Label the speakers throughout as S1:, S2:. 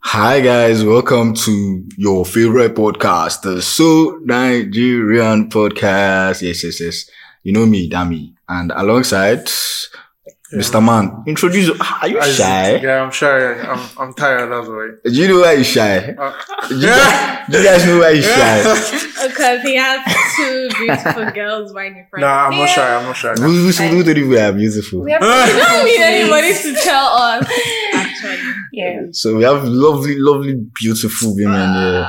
S1: Hi guys, welcome to your favorite podcast, the So Nigerian Podcast. Yes, yes, yes. You know me, Dami, and alongside Mr. Man. Introduce. Are you
S2: I-
S1: shy?
S2: Yeah, I'm shy. I'm, I'm tired, that's why.
S1: Do you know why you shy?
S2: Uh,
S1: Do you, guys, do you guys know why you shy?
S3: Because he has two beautiful girls right in front
S2: nah,
S3: of
S2: I'm not
S3: him.
S2: shy. I'm not shy.
S1: Who who- who told you we are beautiful?
S4: We have
S3: We don't need anybody to tell us. Actually.
S4: yeah.
S1: So we have lovely, lovely, beautiful women here.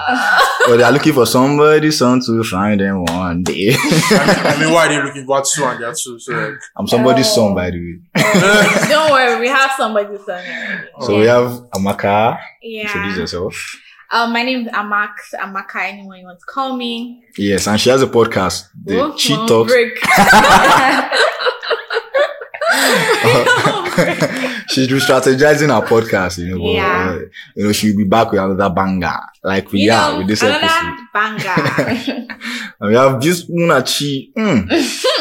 S1: But they are looking for somebody, son to find them one day.
S2: I mean, why are they looking for two and they're two? So, like,
S1: I'm somebody's son,
S4: Oh.
S1: by the way.
S3: Don't worry, we have somebody to already.
S1: So we have Amaka. Introduce
S3: Yeah.
S1: yourself.
S3: Um, my name is Amak. Amaka, anyone you want to call me.
S1: Yes, and she has a podcast, the
S3: Woof,
S1: Cheat
S3: woof,
S1: Talks.
S3: Break.
S1: She's strategizing her podcast, you know. but,
S3: Yeah.
S1: uh, you know, she'll be back with another banger, like we
S3: You
S1: are
S3: know,
S1: with this
S3: another
S1: episode.
S3: banger.
S1: And we have this Unachi. Mm,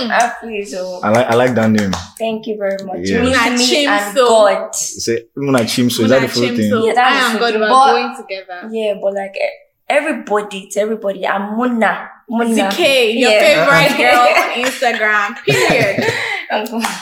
S4: Ah, please, oh,
S1: I like I like that name.
S4: thank you very much.
S1: Yeah.
S4: Me,
S3: Una
S4: me, and
S3: Chimso.
S4: God.
S1: Say Unachim, so is that the full
S3: Unachim,
S1: thing?
S3: so
S4: Yeah,
S3: I
S4: that's
S3: am
S4: the
S3: God,
S4: thing.
S3: we're
S4: But-
S3: going together.
S4: Yeah, but like e- everybody, it's everybody. I'm Muna. Muna.
S3: ZK, your
S4: Yeah.
S3: favorite girl on Instagram. Period.
S4: Uncle.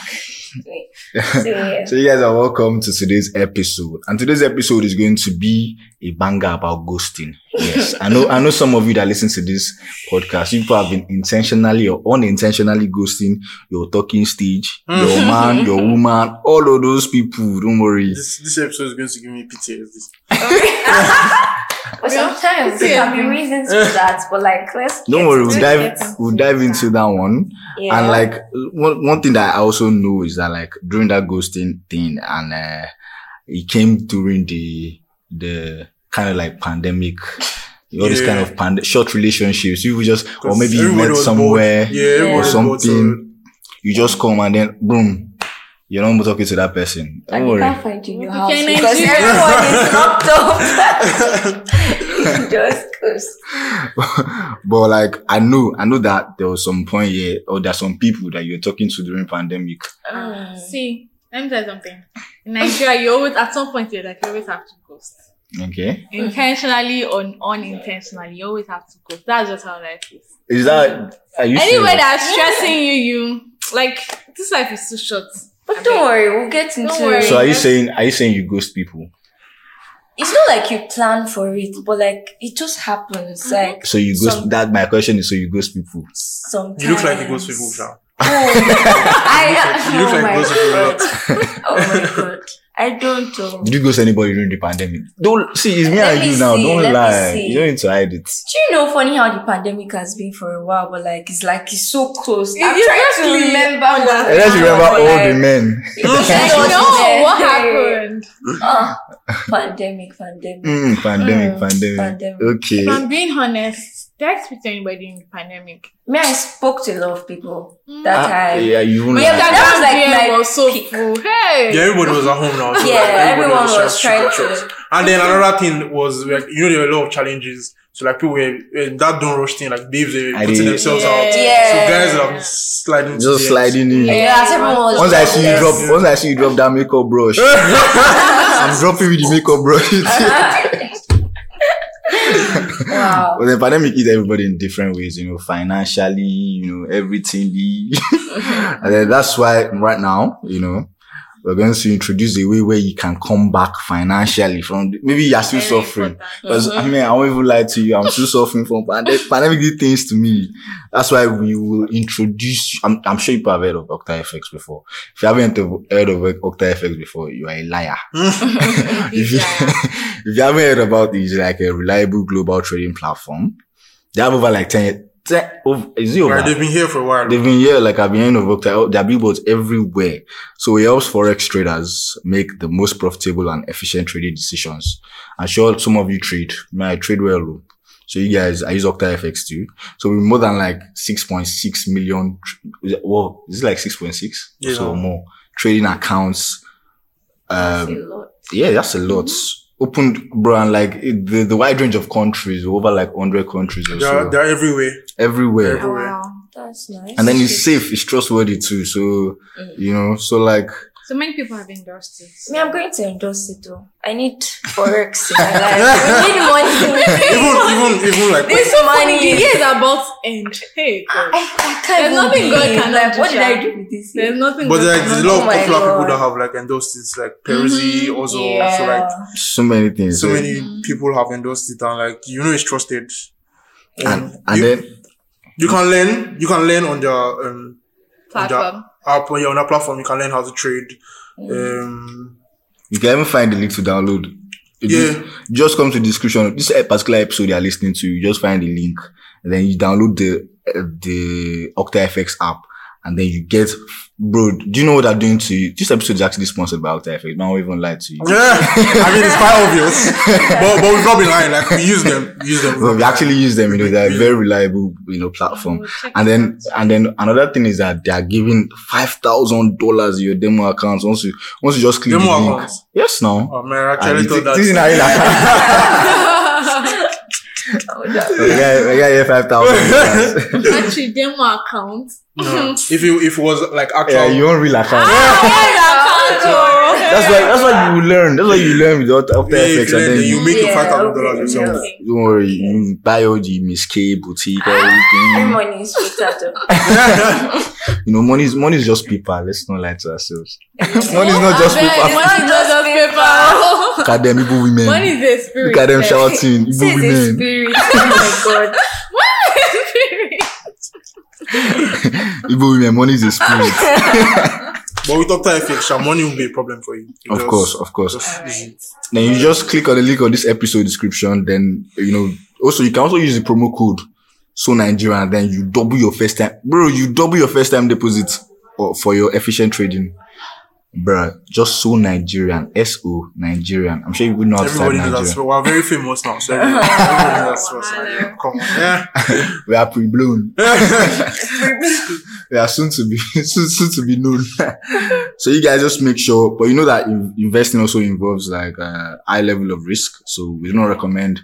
S4: Wait. so, yeah.
S1: So you guys are welcome to today's episode. And today's episode is going to be a banger about ghosting. Yes. I know I know some of you that listen to this podcast, you people have been intentionally or unintentionally ghosting your talking stage, your man, your woman, all of those people. Don't worry.
S2: this, this episode is going to give me PTSD.
S4: But sometimes there can be reasons for that, but like, let's.
S1: Don't
S4: get
S1: worry,
S4: to
S1: we'll
S4: it.
S1: dive
S4: Let's get
S1: we'll
S4: to
S1: dive
S4: it.
S1: into that one.
S4: Yeah.
S1: And like one, one thing that I also know is that like during that ghosting thing and uh, it came during the the kind of like pandemic, all this kind
S2: Yeah.
S1: of pand- short relationships. You would just
S2: 'Cause
S1: or maybe you
S2: everybody
S1: met
S2: was
S1: somewhere,
S2: bored. Yeah, everybody
S4: or
S2: was bored, so-
S1: something. you just come and then boom, you're not talking to that person.
S4: And
S1: Don't
S4: you
S1: worry.
S4: can't find you in your
S3: Okay,
S4: house
S3: Nigeria.
S4: because everyone is locked up. You Just goes.
S1: but like I know, I know that there was some point here, or there's some people that you're talking to during pandemic.
S3: Uh,
S4: Mm.
S3: see, let me tell you something. In Nigeria, you always at some point you're like you always have to ghost.
S1: Okay,
S3: Intentionally or unintentionally, you always have to ghost. That's just how life is.
S1: is that are you
S3: Anyway,
S1: serious?
S3: that's stressing you, you like this life is too short.
S4: But don't worry, we'll get into
S3: worry.
S4: it.
S1: So are you saying are you saying you ghost people?
S4: It's not like you plan for it, but like it just happens. Like
S1: So you ghost
S4: Some-
S1: that my question is so you ghost people.
S4: sometimes. Oh,
S2: You look like a ghost people now.
S4: I,
S2: You look
S4: oh
S2: like
S4: my
S2: ghost people
S4: god.
S2: now.
S4: Oh my god. I don't know.
S1: Did you ghost anybody during the pandemic? Don't see it's me
S4: Let
S1: and
S4: me
S1: you now.
S4: see, let
S1: Don't
S4: me
S1: lie.
S4: see.
S1: You don't need to hide it.
S4: Do you know funny how the pandemic has been for a while, but like it's like it's so close. I'm
S3: You
S4: trying to
S3: really
S4: remember.
S3: understand.
S4: what
S1: Let's
S4: happened,
S1: remember
S4: but,
S1: all the
S4: like,
S1: men.
S4: it's
S3: I
S4: like
S3: know
S4: it was there.
S3: what happened.
S4: Ah, pandemic, pandemic,
S1: Mm, pandemic,
S4: Mm,
S1: pandemic.
S4: pandemic.
S1: Okay.
S3: If I'm being honest, did I speak to anybody in the pandemic?
S4: Me, I spoke to a lot of people
S1: Ah,
S4: that time.
S1: yeah, you won't
S4: Yeah,
S1: lie.
S4: that- was like
S3: beer
S4: my
S3: was so
S4: peak.
S3: full. Hey,
S2: Yeah, everybody was at home now. so, like,
S4: Yeah, everyone was
S2: stressed,
S4: trying
S2: stressed.
S4: to.
S2: And then another thing was, like, you know, there were a lot of challenges. So, like, people were, in that don't rush thing, like, babes, they were
S1: I
S2: putting
S1: did.
S2: themselves
S3: Yeah.
S2: out.
S4: Yeah.
S2: So, guys have been sliding. to
S1: Just
S2: the
S1: sliding in.
S4: Yeah, as everyone was.
S1: Once I see you
S4: jobless.
S1: drop, once I see you drop that makeup brush, I'm dropping with the makeup brush.
S4: wow.
S1: But the pandemic hit everybody in different ways, you know, financially, you know, everything. and then that's why right now, you know, we're going to introduce a way where you can come back financially from maybe you're still
S3: Very
S1: suffering.
S3: important.
S1: Because I mean, I won't even lie to you. I'm still suffering from pandemic. Pandemic did things to me. That's why we will introduce. I'm, I'm sure you have heard of Octa FX before. If you haven't heard of Octa FX before, you are a liar if you, if you haven't heard about it, it's like a reliable global trading platform. They have over like 10, 10 over, is it over?
S2: Right, they've been here for a while.
S1: They've been here, like I've been hearing of Okta, there are billboards everywhere. So it helps Forex traders make the most profitable and efficient trading decisions. I'm sure some of you trade. Man, I trade well. oh. So you guys, I use Okta FX too. So we more than like 6.6 million, tr- is it- well, is it like 6.6?
S2: Yeah.
S1: So more trading accounts.
S4: That's
S1: Um,
S4: a lot.
S1: yeah, that's a lot. Opened, bro, and like it- the, the wide range of countries, over like 100 countries or
S2: They are,
S1: so,
S2: they are everywhere.
S1: everywhere.
S2: everywhere.
S3: Wow.
S4: That's nice.
S1: And then it's safe, it's trustworthy too. So, you know, so like
S3: So many people have endorsed it.
S4: Me, I'm going to endorse it though. I need forex in my life. We need money.
S2: even even even like
S4: This money.
S3: The year is about to end. Hey, God.
S4: I, I can't.
S3: There's
S4: even
S3: nothing God
S4: believe,
S3: cannot
S4: Like,
S3: do,
S4: what did I
S3: Sha.
S4: do with this? year?
S3: There's nothing.
S2: But
S3: going
S2: there's, there's a
S3: on.
S2: lot of
S4: Oh my
S2: popular people
S4: God. Mm-hmm.
S2: that have like endorsed it, like Peruzzi
S3: Mhm.
S2: also.
S4: yeah.
S2: So like
S1: So many things.
S2: so
S1: eh.
S2: many
S3: Mhm.
S2: people have endorsed it, and like you know it's trusted. Um,
S1: And, and
S2: you,
S1: then
S2: you can learn. You can learn on the um
S3: platform.
S2: app or yeah, on a platform. You can learn how to trade. Um,
S1: you can even find the link to download. You
S2: Yeah.
S1: Just, just come to the description of this eh, particular episode you are listening to. You just find the link, and then you download the eh, the OctaFX app, and then you get. Bro, do you know what they're doing to you? This episode is actually sponsored by OctaFX. Man, I won't even lie to you.
S2: yeah, I mean it's quite obvious, but but we've not been lying. Like we use them, we use them.
S1: Well, we actually use them, you know, they're a very reliable, you know, platform.
S3: We'll check
S1: And
S3: it
S1: then,
S3: out.
S1: and then another thing is that they are giving five thousand dollars your demo accounts once you once you just click
S2: Demo
S1: the link.
S2: accounts?
S1: Yes, now.
S2: Oh man, I actually thought that.
S1: This is not like we got we got here five thousand.
S3: Actually, demo account.
S2: No. If you if it was like actual,
S1: Yeah, you won't real account.
S2: Ah,
S1: That's why that's why you will learn. That's why you learn with After
S2: yeah, if
S1: Effects,
S2: you
S1: and
S2: learn,
S1: then
S2: then you make your
S4: Yeah,
S2: five thousand dollars
S4: okay,
S2: yourself.
S4: okay.
S1: don't worry, you buy all the Miss K boutique,
S2: Ah,
S1: everything.
S4: Everyone is Twitter though.
S1: You know, money is money is just paper. Let's not lie to ourselves. money is not just
S3: I beg,
S1: paper.
S3: Money is not just paper.
S1: Look at them, Igbo women.
S3: Money is a spirit.
S1: Look at them
S3: sir.
S1: shouting,
S4: This
S1: Igbo
S4: is
S1: women.
S4: spirit. Oh my god.
S3: Spirit.
S1: Igbo women, money is a spirit.
S2: But with Doctor FX, your money will be a problem for you.
S1: of
S2: Just-
S1: course, of course.
S2: just-
S4: Alright.
S1: Then you just click on the link of this episode description. Then, you know, also you can also use the promo code So Nigerian. Then you double your first time. Bro, you double your first time deposit or for your efficient trading. Bruh, just so Nigerian. S-O Nigerian. I'm sure you would know how to type
S2: Everybody knows that.
S1: Nigerian.
S2: Well, we're very famous now, so everybody everybody knows that. source, Like, come on, yeah.
S1: We are pre-blown. we are soon to be soon, soon to be known. so you guys just make sure, but you know that in- investing also involves like a high level of risk. So we do not recommend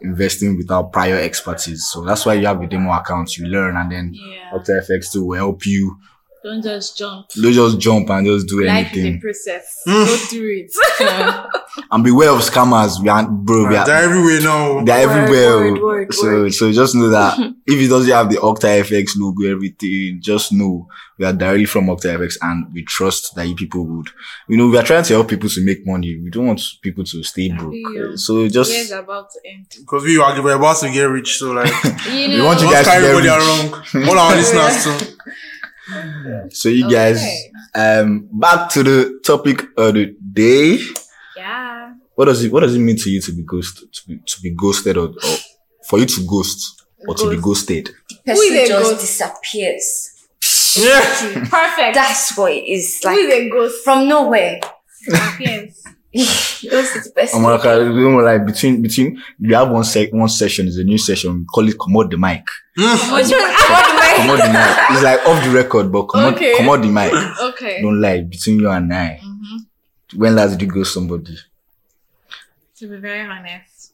S1: investing without prior expertise. So that's why you have a demo account. You learn and then
S3: Yeah.
S1: After Effects too will help you.
S3: Don't just jump.
S1: Don't just jump and just do
S3: Life is a
S1: anything.
S3: process.
S2: Mm.
S3: Go through it.
S1: And beware of scammers. We are bro. We
S2: They're
S1: are.
S2: everywhere now. oh.
S1: They're
S4: Word,
S1: everywhere. oh.
S4: word, word,
S1: so,
S4: word.
S1: so just know that if it doesn't have the Octa FX logo, everything, just know we are directly from Octa FX and we trust that you people would. You know, we are trying to help people to make money. We don't want people to stay broke.
S3: Yeah.
S1: So
S3: Year's
S1: just,
S3: about to end.
S2: Because we are we're about to get rich, so like,
S3: You
S1: We
S3: know,
S1: want you
S2: don't
S1: guys to
S2: carry
S1: get
S2: everybody
S1: rich.
S2: around. All our listeners too.
S1: so you guys,
S3: Okay.
S1: um, back to the topic of the day.
S3: yeah.
S1: What does it, what does it mean to you to be ghosted, to be, to be ghosted or, or for you to ghost or to be
S3: Ghost.
S1: ghosted?
S3: Who is
S4: Person
S3: a
S4: just
S3: ghost?
S4: disappears.
S2: Yeah.
S3: Perfect.
S4: That's what it is
S3: Who is
S4: like.
S3: a ghost?
S4: From nowhere.
S3: Yes.
S4: Those is the best.
S1: I'm like, I don't know, like between between we have one sec one session is a new session. We call it commode the mic.
S2: Mm.
S1: Commode the mic. It's like off the record, but commode
S3: Okay.
S1: commode the mic.
S3: Okay.
S1: Don't lie between you and I.
S3: hmm
S1: When last did you go somebody?
S3: To be very honest.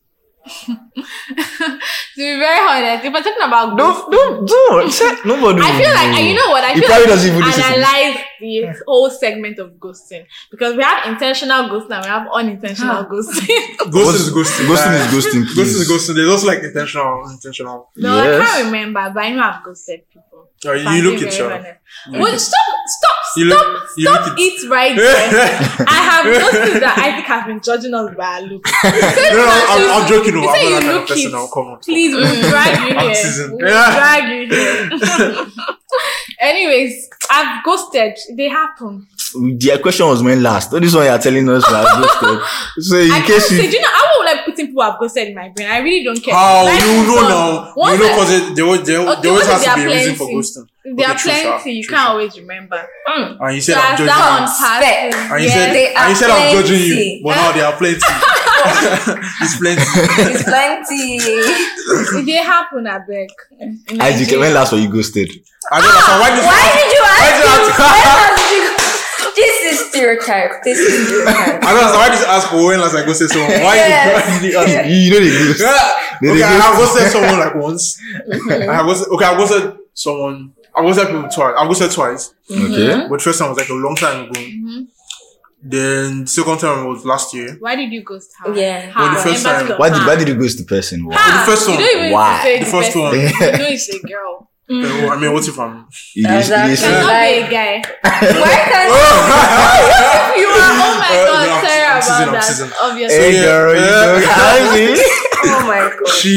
S3: to be very honest, if we're talking about ghosts,
S1: don't don't say- nobody.
S3: I feel
S1: will
S3: like, and you know what? I
S1: He
S3: feel
S1: probably
S3: like
S1: doesn't even listen to
S3: analyze the whole segment of ghosting because we have intentional ghosting and we have unintentional ghosting.
S2: Ghosting is ghosting.
S1: Ghosting
S2: Like,
S1: is ghosting. Please.
S2: Ghosting is ghosting. There's also like intentional, intentional.
S3: no, I
S1: Yes.
S3: can't remember, but I know I've ghosted people.
S2: Uh,
S3: If I'm
S2: you look
S3: being
S2: it,
S3: very
S2: sure.
S3: honest. Well, stop, stop,
S2: You
S3: stop,
S2: look, you
S3: stop
S2: look it.
S3: it right there.
S2: no,
S3: I have noticed that I think I've been judging us by our looks.
S2: no, I'm, I'm joking.
S3: You
S2: No, I'm
S3: say you
S2: not that kind of
S3: look
S2: person.
S3: it.
S2: Now, come on.
S3: Please, we'll drag you
S2: I'm
S3: here.
S2: seasoned.
S3: We'll
S2: Yeah.
S3: drag you here. Anyways, I've ghosted. They happen.
S1: Their question was when last. Oh, This one you're telling us we are ghosted. So in
S3: I can't
S1: case you
S3: say, do you know, I won't like putting people I've ghosted in my brain. I really don't care.
S2: How
S3: Life
S2: Ah, oh, you
S3: is
S2: know
S3: on.
S2: now? You
S3: Once
S2: know
S3: I-
S2: because they, always- they, always-
S3: Okay,
S2: they always
S3: what if
S2: has to
S3: they
S2: be
S3: are
S2: a reason for
S3: plenty?
S2: ghosting.
S3: there are
S2: Okay, true, sir.
S3: plenty. You
S2: True,
S3: can't
S2: sir.
S3: always remember. Mm.
S2: And you
S3: So
S2: said I'm
S3: as
S2: judging
S3: that one
S2: you.
S4: Spare.
S3: passes,
S2: And you
S3: yes.
S2: said,
S4: They
S2: and
S4: are
S2: you said I'm judging you,
S4: plenty.
S2: but now there are plenty. it's plenty.
S4: It's plenty.
S3: It did happen, I beg. In
S1: IGK, when
S3: Nigeria.
S1: last were you ghosted?
S2: I
S3: Ah,
S2: don't understand why this.
S4: Why did you ask?
S2: did you
S4: me?
S2: ask-
S4: Why did you- This is stereotype. This is stereotype.
S2: I don't understand why this ask for when last I go say someone. Why?
S4: Yes.
S2: Why did you ask?
S1: You, you know the ghost.
S2: Yeah.
S1: They-
S2: Okay,
S1: they
S2: I
S1: go-
S2: have ghosted someone like once.
S3: Mm-hmm.
S2: I have ghosted. Okay, I have ghosted someone. I ghosted people twice. I ghosted twice,
S1: Okay.
S2: but first time was like a long time ago.
S3: Mhm.
S2: Then the second time was last year.
S3: Why did you ghost her?
S4: Yeah.
S3: How?
S2: Well, the first
S3: Remember
S2: time-
S3: to-
S1: Why did
S3: how?
S1: why did you ghost the person? Wow.
S3: How?
S2: The first
S3: You
S2: one.
S3: don't even need to
S1: Why?
S3: say
S2: The first
S3: person.
S2: one.
S3: You know it's a girl. Mm.
S2: Uh, well, I mean, what if I'm?
S1: It is- it is-
S3: It's not
S4: Exactly.
S3: be a guy.
S4: Why can't
S2: Oh!
S3: You are. Oh my
S2: Uh,
S3: god,
S2: yeah, I'm-
S3: sorry
S2: I'm
S3: about
S2: seasoned, I'm
S3: that.
S2: seasoned.
S3: Obviously.
S1: Hey
S2: yeah,
S1: girl, you
S2: uh,
S1: don't have me.
S4: Oh my god.
S2: she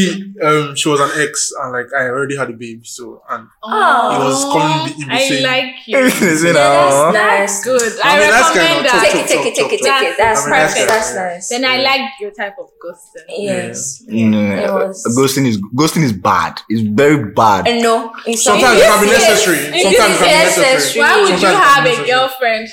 S2: um she was an ex and like I already had a baby so and
S4: Oh.
S2: It was coming in
S3: I
S2: between.
S3: like you.
S1: Is it
S4: Yeah,
S1: now?
S4: that's nice.
S3: Good. I,
S2: I mean, that's
S3: recommend
S2: kind of-
S3: that.
S4: Take it, take it, take it, take it. That's
S3: That's
S4: nice.
S3: perfect.
S4: That's nice.
S3: Then I like your type of ghosting.
S4: Yes. It
S1: Mm,
S4: was-
S1: Ghosting is ghosting is bad. It's very bad.
S4: And no, in some
S2: Sometimes it can be
S3: Yes.
S2: necessary.
S3: Yes.
S2: Sometimes it can be necessary.
S4: Necessary.
S3: Why would you
S2: Sometimes
S3: have
S2: it's
S3: a
S2: necessary.
S3: girlfriend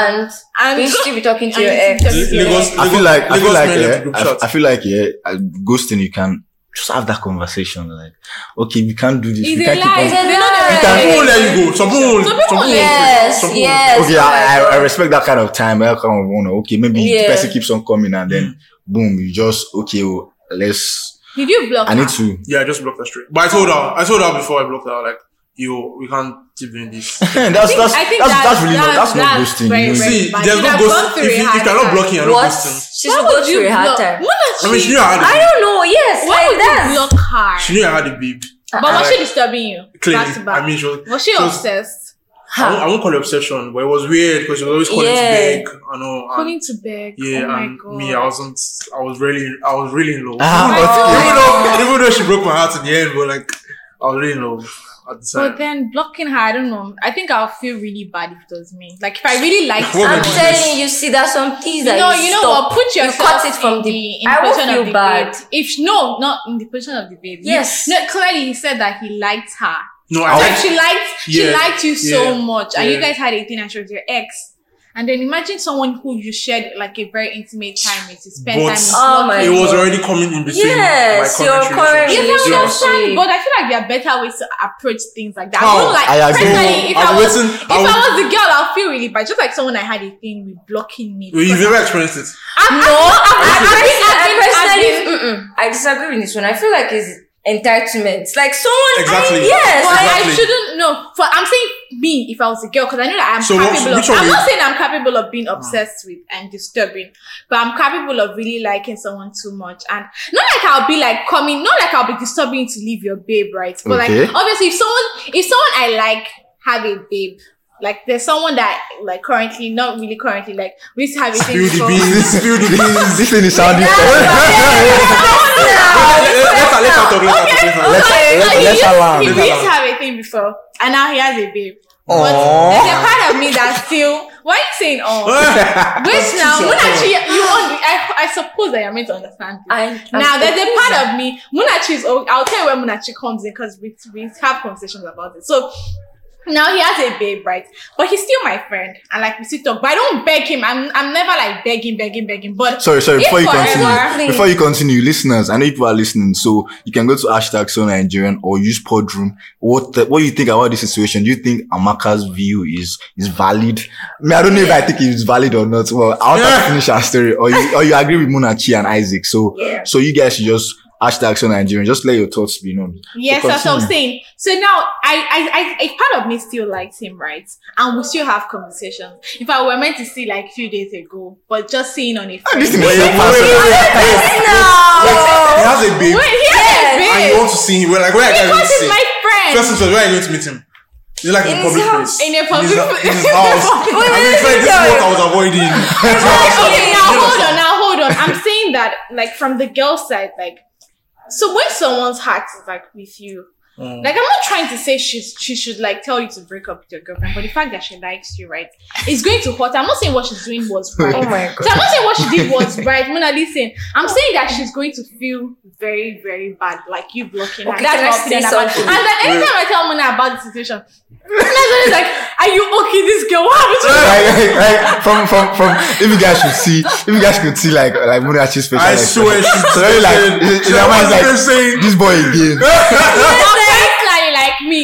S4: and
S3: and
S4: you
S3: go-
S4: should be talking to
S3: and
S4: your
S3: you
S4: ex.
S3: should
S2: L-
S3: just-
S2: Lagos-
S1: I feel like I feel
S2: Lagos
S1: like
S2: men left
S1: yeah,
S2: the group
S1: I,
S2: chat.
S1: I feel like yeah, uh, ghosting you can just have that conversation like, okay, we can't do this.
S3: It's
S1: we
S3: a
S1: can't
S3: lie.
S1: keep on.
S3: They know
S4: You
S3: the
S2: Some
S1: can-
S2: people
S3: reality.
S2: will let you go. Some people will.
S3: Some people
S2: will
S4: Yes,
S2: some people will.
S4: yes.
S1: Okay, I,
S4: Oh my
S1: I, I
S4: God.
S1: respect that kind of time. That kind of you know, okay, maybe
S4: Yeah.
S1: the person keeps on coming and
S3: Mm.
S1: then boom, you just okay, well, let's.
S3: Did you block
S1: I need
S3: her?
S1: to.
S2: Yeah, I just blocked her straight. But I told her. I told her before I blocked her. Like, yo, we can't keep doing this.
S1: that's that's,
S3: I think
S1: that's,
S3: that-
S1: that's really not that's, not
S3: that's
S1: ghosting.
S3: very
S1: you know.
S3: bad.
S2: See,
S3: but
S2: there's
S3: you
S2: no
S3: have gone
S2: ghost.
S3: through
S2: If,
S3: a
S2: you-
S3: hard
S2: if you're not
S3: time.
S2: blocking, you're not
S4: What?
S2: ghosting.
S4: She
S3: Why
S4: should
S3: would
S4: go through
S3: you
S4: a hard
S3: block-
S4: time.
S3: No, no,
S2: I mean,
S3: she-
S2: she knew I had
S4: I
S2: a baby.
S4: don't know. Yes,
S3: Why
S4: like
S3: would
S4: that.
S3: you block her?
S2: She knew I had a baby.
S3: but
S4: Uh-uh.
S3: was she disturbing you? Back to
S2: Clearly,
S3: back.
S2: I mean, she was.
S3: was she
S2: she was-
S3: obsessed?
S2: I won't, I won't call it obsession, but it was weird because she was always calling
S4: Yeah.
S2: to beg. I know.
S1: Um,
S2: and-
S3: Coming to beg.
S2: yeah,
S3: oh my
S2: and
S3: god.
S2: me, I wasn't. I was really, I was really in love.
S1: Ah,
S3: Oh.
S1: but-
S2: even though, even though she broke my heart in the end, but like, I was really in love at the time.
S3: But then blocking her, I don't know. I think I'll feel really bad if it was me. Like if I really liked
S2: What
S3: her.
S4: I'm
S2: would
S4: telling you, see, there's some things
S3: You
S4: that
S3: know,
S4: you
S3: you know
S4: stop.
S3: what? Put
S4: You
S3: yourself
S4: cut it from
S3: in
S4: the-
S3: the in
S4: I won't
S3: position
S4: feel
S3: of the
S4: bad.
S3: babe. If no, not in the position of the baby.
S4: Yes.
S3: No, clearly he said that he liked her.
S2: no,
S1: Oh.
S2: I
S3: Like
S2: like.
S3: she liked she
S2: Yeah,
S3: liked you so
S2: yeah,
S3: much, and you
S2: yeah.
S3: guys had a thing, and she was your ex. And then imagine someone who you shared like a very intimate time with, you spent
S2: But-
S3: time with.
S4: Oh
S3: loved
S4: my
S3: you.
S2: It was already coming in between.
S4: Yes,
S2: my
S4: your
S2: current
S4: current
S2: relationship.
S3: Yes, I
S4: Yeah.
S3: understand, but I feel like there are better ways to approach things like that.
S2: How?
S3: I don't like
S1: I agree.
S3: personally, if I,
S2: I
S3: was,
S2: was waiting.
S3: if I,
S2: I was.
S3: was the girl, I'll feel really bad. Just like someone I had a thing with blocking me.
S2: Well, You've
S3: Because
S2: never experienced it.
S3: I'm,
S4: No,
S3: I'm,
S4: I
S3: I'm, I'm,
S4: personally- I
S3: I'm,
S4: personally,
S3: I'm,
S4: mm-mm, I disagree with this one. I feel like it's entitlement. Like someone,
S2: Exactly.
S4: I, yes,
S3: but
S4: I-
S3: I
S2: Exactly.
S3: shouldn't know. For I'm saying me if I was a girl, because I know that I'm
S2: So what-
S3: capable
S2: which
S3: of.
S2: one Ah.
S3: I'm
S2: would-
S3: not saying I'm capable of being obsessed with and disturbing, but I'm capable of really liking someone too much. And not like I'll be like coming, not like I'll be disturbing to leave your babe, right? But
S1: Okay.
S3: like obviously, if someone, if someone I like have a babe. Like there's someone that like currently, not really currently, like we used to have a thing
S2: Spill the
S3: before.
S2: beans. Spill the beans.
S1: this thing is sounding.
S2: Let her. Let her talk. Let her talk.
S1: Let's-
S2: Let her.
S3: Okay,
S1: let's-
S3: so he
S1: let's
S3: used,
S1: allow him.
S3: he
S2: Let's
S3: used to
S2: allow
S3: have a thing before, and now he has a babe. But there's a
S1: Aww.
S3: part of me that's still. Why are you saying oh?
S2: Ah,
S3: Wait
S2: that's
S3: now,
S2: cheating.
S3: Munachi, you only, I, I suppose that you're meant to understand this.
S4: I,
S3: now there's a part of me, Munachi is. oh, I'll tell you where Munachi comes in because we we have conversations about it. So. Now he has a babe, right? But he's still my friend, and like we still talk. But I don't beg him. I'm, I'm never like begging, begging, begging. But
S1: Sorry, sorry.
S3: If
S1: Before you
S3: forever-
S1: continue, before you continue, listeners, I know people are listening, so you can go to hashtag so Nigerian or use Podroom. What the, what do you think about this situation? Do you think Amaka's view is is valid? I, mean, I don't know if I think it's valid or not. Well, I want her to finish her story, or you, or you agree with Munachi and Isaac. So
S4: Yeah.
S1: so you guys should just hashtag so Nigerian. Just let your thoughts be known.
S3: Yes,
S1: So
S3: that's what I'm
S1: continue.
S3: saying. So now I, I, I, a part of me still likes him, right? And we still have conversations. If I were meant to see like a few days ago, but just seeing on a friend.
S1: This thing is
S3: Wait,
S1: so
S2: Wait, wait,
S1: personal.
S2: wait, wait, wait. He
S4: No.
S2: has a
S3: he
S2: babe, and you
S3: has a babe.
S2: want to see him. We're like, where are you going to
S3: Because
S2: see?
S3: he's
S2: him?
S3: my friend.
S2: First things first, where are you going to meet him? It's like in a
S4: In his
S2: public
S4: house.
S2: place.
S3: In a public
S2: his, in his
S3: place.
S2: house. I mean,
S3: Wait,
S4: wait, wait,
S2: friend, this
S4: wait.
S2: is what I was avoiding.
S3: okay, now
S2: You know,
S3: hold
S2: so-
S3: on, now hold on. I'm saying that like from the girl side, like so when someone's heart is like with you,
S2: Mm.
S3: Like I'm not trying to say she she should like tell you to break up with your girlfriend, but the fact that she likes you, right, is going to hurt. her. I'm not saying what she's doing was right.
S4: Oh my
S3: So I'm not saying what she did was right, Mona. Listen, I'm saying that she's going to feel very, very bad, like you blocking her.
S4: Okay,
S3: That's
S4: can I
S3: what I'm feeling
S4: say
S3: about-
S4: something?
S3: And then anytime I tell Mona about the situation, Mona's like, "Are you okay? This girl, what happened to her?"
S1: like, like, like, from from from if you guys should see if you guys could see like like Munachi's face
S2: I
S1: like,
S2: swear she's
S1: So really, like,
S2: saying-
S1: in- in
S2: she
S1: her mind,
S2: was
S1: like-
S2: even saying-
S1: this boy again
S3: Now, personally, like me.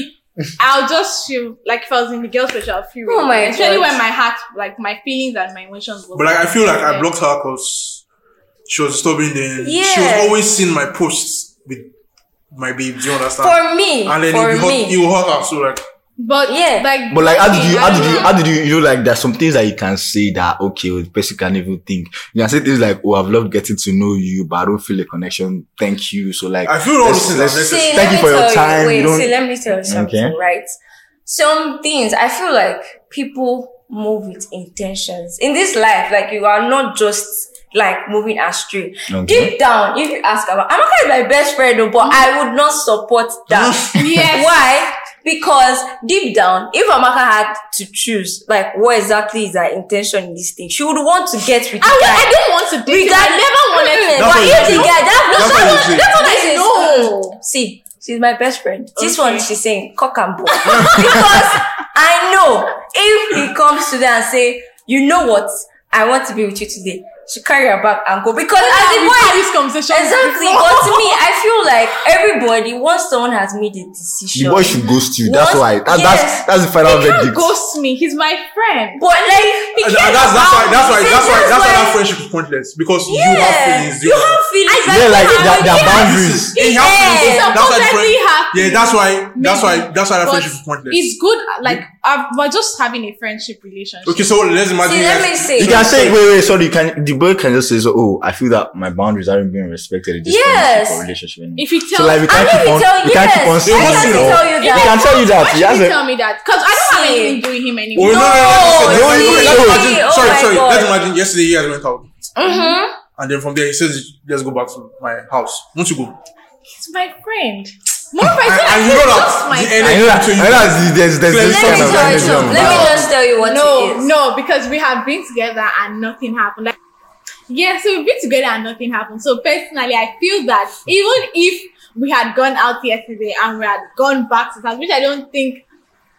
S3: I'll just feel like if I was in the girl's situation, I'll feel
S4: Oh
S3: really
S4: my
S3: bad. especially
S4: God.
S3: when my heart, like my feelings and my emotions. were-
S2: But like, I feel like I
S3: Yeah.
S2: blocked her because she was disturbing then. She
S4: Yeah.
S2: was always seeing my posts with my babe. Do you understand?
S4: For me,
S2: and then
S4: for
S2: you, hurt,
S4: me,
S2: you hurt her. So like,
S3: But
S4: Yeah.
S3: like,
S1: But like, how did
S3: okay,
S1: you,
S3: I
S1: how
S3: don't
S1: did you,
S3: know.
S1: how did you, you know, like there's some things that you can say that, okay, well, the person can even think. You can say things like, oh, I've loved getting to know you, but I don't feel a connection. Thank you. So like,
S2: I feel all
S1: let's-
S2: those things are
S1: let's-
S2: necessary.
S1: Thank
S4: let
S1: you
S4: me
S1: for your
S4: tell
S1: time. You
S4: Wait,
S1: don't-
S4: see, let me tell you something,
S1: Okay.
S4: right? Some things I feel like people move with intentions in this life. Like you are not just like moving astray.
S1: okay.
S4: Deep down, if you ask about, I'm not gonna be my best friend, though, but I would not support that.
S3: Yes.
S4: Why? Because deep down, if Amaka had to choose, like what exactly is her intention in this thing, she would want to get with
S3: I,
S4: the
S3: wa-
S4: guy.
S3: I don't want to date him. I never wanted to.
S4: Mm,
S1: That's what
S4: But if
S1: you
S4: the
S1: do.
S4: guy, that's
S1: That's what you do.
S4: that's
S3: That's
S4: what I
S3: what I
S4: say.
S3: know.
S4: Mm, See, she's my best friend. This one,
S3: Okay.
S4: she's saying cock and bull because I know if he comes to that and say, you know what, I want to be with you today. She carry her bag and go because as
S3: As
S4: a
S3: we
S4: boy,
S3: had this conversation
S4: Exactly.
S3: before.
S4: But to me, I feel like everybody, once someone has made a decision,
S1: The boy should ghost you. That's
S4: What?
S1: why. That,
S4: Yes.
S1: That's, that's the final
S3: He
S1: verdict.
S3: can't ghost me. He's my friend.
S4: but like, he
S2: And
S4: cares
S2: that's, that's why
S4: about
S2: that's why
S4: me.
S2: that's why that's
S4: That's
S2: why
S4: why-
S2: that friendship is pointless because
S4: yeah,
S2: you have feelings.
S4: You have feelings.
S1: Yeah, like
S4: you
S1: there,
S4: have
S1: there are
S4: feelings.
S1: boundaries.
S2: It
S4: Yeah.
S2: happens.
S4: It's
S2: That's why the
S3: completely
S2: friend-
S3: happy.
S2: Yeah, that's why that's why
S3: Maybe.
S2: that's why that
S3: But
S2: friendship is pointless.
S3: It's good. uh, Like i we're just having a friendship relationship.
S2: Okay, so let's imagine.
S4: See, let
S2: like-
S4: me say-
S1: You can say, wait, wait, sorry. You can the boy can just say, so, oh, I feel that my boundaries aren't being respected in this
S4: Yes.
S1: friendship or relationship anymore.
S3: If you tell,
S1: so like we
S4: I
S1: can't
S4: mean,
S1: keep
S4: you
S1: on,
S4: tell-
S1: we can't
S4: yes.
S1: keep on saying
S2: They want
S1: this,
S2: you to
S1: know.
S4: tell you
S1: We
S4: that.
S1: can tell you
S3: ah, why
S1: that.
S3: should
S1: He has
S3: you
S1: a-
S3: tell me that? Because I don't have
S4: See.
S3: anything doing him
S2: Oh, no,
S3: anymore.
S1: No,
S2: no, no, no,
S1: no,
S2: no, no, no, let's
S1: no.
S2: imagine.
S4: Oh
S2: sorry,
S4: my
S2: sorry.
S4: God.
S2: Let's imagine yesterday you guys went out.
S4: Mhm.
S2: And then from there, he says, let's go back to my house. Won't you go?
S3: He's my friend. More if I
S2: And-
S3: said
S2: and you
S3: I said
S2: know that
S3: just my
S2: the
S3: friend.
S1: I know that. I know that there's there's
S2: Let
S1: this
S2: me
S4: Let
S1: kind
S4: me
S1: of
S4: tell you.
S1: mechanism
S4: something. Let me
S1: about-
S4: just tell you what it
S3: no,
S4: is.
S3: no, because we have been together and nothing happened. Like, yeah, so we've been together and nothing happened. So personally, I feel that even if we had gone out yesterday and we had gone back to that, which I don't think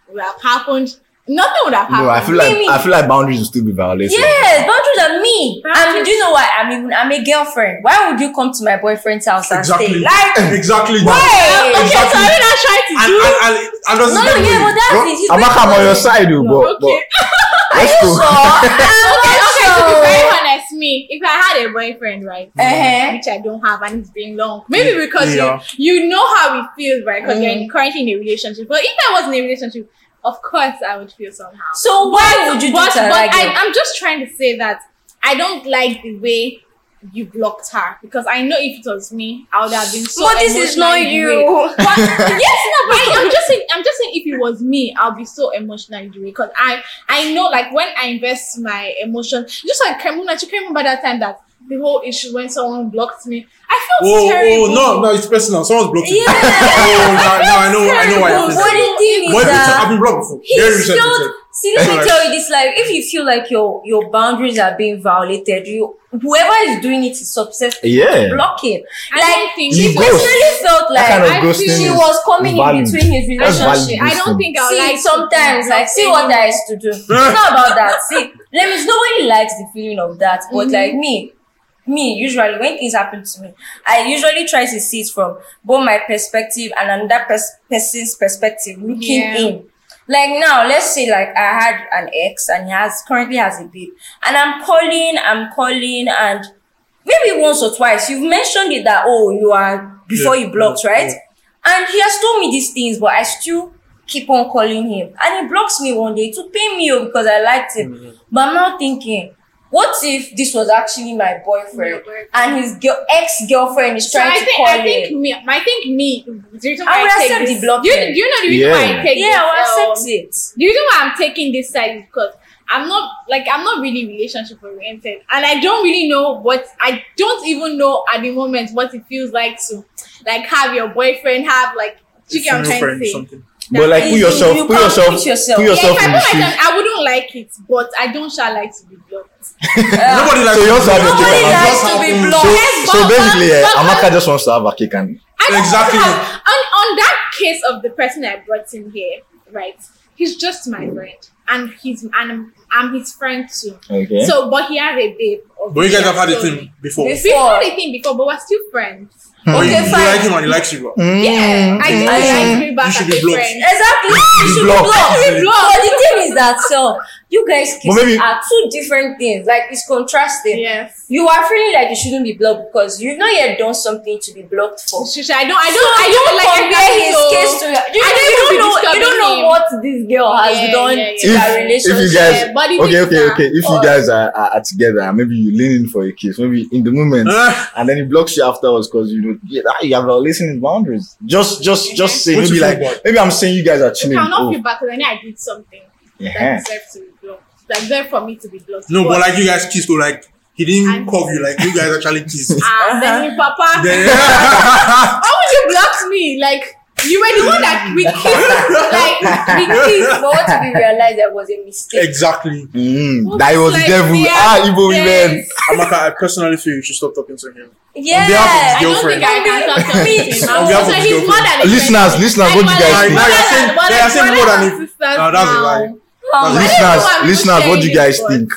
S3: would have happened, nothing would have happened.
S1: No, I feel like
S4: Maybe.
S1: I feel like boundaries will still be violated.
S4: Yes, boundaries are me. I mean,
S3: Boundaries.
S4: do you know why? I'm even. I'm a girlfriend. Why would you come to my boyfriend's house and
S2: Exactly.
S4: stay? Like,
S2: Exactly.
S4: why?
S3: Okay, so
S2: Exactly.
S3: I mean, I tried to
S2: And,
S3: do.
S2: and, and, and does
S4: No, no, yeah, but that's it. He's
S1: I'm
S4: going
S1: on your
S4: to-
S1: side, you
S4: No.
S1: but,
S3: okay.
S1: but let's
S4: Sure.
S1: go.
S3: Okay, okay, to be very
S4: I'm not sure.
S3: honest, me, if I had a boyfriend, right,
S4: Uh-huh.
S3: which I don't have and it's been long, maybe
S2: Yeah.
S3: because
S2: Yeah.
S3: you, you know how it feels, right, because you're
S4: Mm.
S3: in, currently in a relationship. But if I was in a relationship, of course I would feel somehow.
S4: So why would you do
S3: but, But
S4: that? like
S3: I,
S4: that?
S3: I'm just trying to say that I don't like the way you blocked her because I know if it was me, I would have been so.
S4: but this is not
S3: emotionally
S4: you.
S3: drained. But yes, no, but I, am just saying, I'm just saying, if it was me, I'll be so emotionally drained because I, I know, like when I invest my emotion, just like Kremuna, you can remember that time that the whole issue when someone blocked me, I felt
S2: Oh,
S3: terrible.
S2: oh, no, no, it's personal. Someone's blocked you.
S4: Yeah.
S2: Oh, now, now I know, I know why.
S4: But what the thing
S2: What
S4: is
S2: if it's-
S4: that
S2: I've been blocked before. Very
S4: he's
S2: recently.
S4: not. See, let me
S2: Alright.
S4: tell you this: like, if you feel like your your boundaries are being violated, you whoever is doing it is successful.
S1: Yeah.
S4: Block him.
S3: I
S4: Like
S3: don't think
S1: You
S4: she
S1: ghost.
S4: personally felt like
S1: kind of
S3: I
S1: ghosting
S3: feel
S4: she
S1: is
S4: was coming in
S1: valid.
S4: between his
S1: That's valid.
S4: relationship.
S3: I don't think I'll
S4: See,
S3: like to
S4: sometimes
S3: be
S4: like see what
S3: blocked
S4: there is to do. It's not about that. See, let me. Nobody likes the feeling of that, but
S3: Mm-hmm.
S4: like me, me usually when things happen to me, I usually try to see it from both my perspective and another pers- person's perspective, looking
S3: Yeah.
S4: in. Like now, let's say like I had an ex and he has currently has a babe, and I'm calling, I'm calling, and maybe once or twice you've mentioned it that oh you are before
S2: Yeah,
S4: you blocked
S2: yeah,
S4: right,
S2: yeah.
S4: and he has told me these things, but I still keep on calling him, and he blocks me one day to pay me oh, because I liked him.
S2: Mm-hmm.
S4: But I'm now thinking, what if this was actually my boyfriend
S3: Your boyfriend.
S4: and his girl, ex-girlfriend is
S3: So
S4: trying
S3: I
S4: to
S3: think
S4: call
S3: I think
S4: him?
S3: me I think me the reason
S4: I
S3: why
S4: would
S3: I,
S4: accept
S3: take
S4: the
S3: this,
S4: block
S3: you,
S4: then.
S3: you know the reason why
S1: Yeah.
S3: I take
S4: Yeah,
S3: this,
S4: I
S3: um,
S4: will accept it.
S3: the reason why I'm taking this side is because I'm not like I'm not really relationship oriented, and I don't really know what I don't even know at the moment what it feels like to like have your boyfriend have like you get what I'm
S2: Female
S3: trying
S2: friend,
S3: to say.
S2: something.
S1: But like,
S4: You-
S1: put yourself,
S4: you
S1: put
S4: can't
S1: yourself,
S4: put yourself.
S1: put
S4: Yeah,
S3: Yeah, if
S1: yourself
S3: I
S1: in
S3: put
S1: the shoes.
S3: myself, I wouldn't like it, but I don't shall like to be blocked.
S4: Uh,
S2: Nobody likes
S1: So you also have your
S2: Nobody
S1: kick and
S2: likes
S4: just
S2: to be
S4: happened.
S2: blocked.
S1: So,
S3: Yes,
S1: so
S3: but-
S1: basically,
S3: but-
S1: yeah,
S3: but-
S1: Amaka just wants to have a kick and
S3: I don't
S2: Exactly.
S3: want to have- on, on that case of the person I brought in here, right? He's just my friend, and he's and I'm, I'm his friend too.
S1: okay.
S3: So, but he has a babe.
S2: But you guys have had a
S3: obviously.
S2: thing before.
S4: This-
S3: We've had a thing before, but we're still friends.
S2: But you,
S4: Okay,
S2: you
S4: fine.
S2: like him and he likes you. bro.
S1: Mm,
S3: Yeah, I
S1: mm.
S3: just like me
S2: You
S3: back
S2: should
S3: as
S2: be
S3: a
S2: blocked.
S3: friend.
S4: Exactly. You should be
S1: blocked.
S4: blocked.
S3: You should be blocked.
S4: But the thing is that so you guys
S1: But
S4: kissing
S1: maybe-
S4: are two different things. Like it's contrasting.
S3: Yes.
S4: You are feeling like you shouldn't be blocked because you've not yet done something to be blocked for.
S3: Shisha, I don't, I don't, I don't like
S4: compare
S3: exactly
S4: his
S3: so-
S4: case to your.
S3: I
S4: You, don't,
S3: don't
S4: you
S3: even
S4: don't know.
S3: be
S4: You don't know
S3: disturbing him.
S4: what this girl has
S3: Yeah,
S4: done
S3: yeah,
S4: to
S3: yeah.
S4: their
S1: If- if you
S4: relationship.
S1: guys-
S3: Yeah, body
S1: Okay,
S3: things
S1: okay,
S3: are-
S1: okay. If you
S4: Or-
S1: guys are, are, are together, maybe you lean in for a kiss, maybe in the moment,
S2: Ah,
S1: and then he blocks you afterwards because you know yeah, you have violating his boundaries. Just, just, just say
S2: What you
S1: maybe
S2: feel
S1: like
S2: about?
S1: maybe I'm saying you guys are
S3: I
S1: chilling.
S3: cannot
S1: Oh,
S3: feel bad because I know I did something that
S1: yeah.
S3: deserved to be blocked. That deserved for me to be blocked.
S2: no, but like you guys kissed, so like he didn't
S3: And-
S2: curve you. Like you guys actually kissed.
S4: Uh-huh.
S3: Ah, then you, Papa.
S2: Then-
S3: How would you block me? Like you were the one that we kissed. Like we kissed.
S4: But what if you realize that was a mistake?
S2: exactly.
S1: Mm, that was the
S3: Like,
S1: devil.
S3: yeah,
S1: ah, evil
S3: yes.
S1: women.
S2: Amaka, I personally feel you should stop talking to him.
S4: Yeah.
S2: behalf
S3: I don't think I
S4: Girlfriend.
S3: can talk to him.
S2: On behalf of
S3: So
S2: his
S3: he's more than a
S1: Listeners,
S3: friend.
S1: listeners, what do you guys
S3: Like,
S1: think?
S2: Now you're saying-
S3: brothers and brothers-
S2: now you're saying more than a-
S3: brothers and sisters
S2: No, that's a
S3: now.
S2: lie. That's
S4: Um,
S3: I don't know
S1: Listeners,
S3: why people
S1: listeners, what do you
S3: say
S1: guys
S3: this,
S1: think?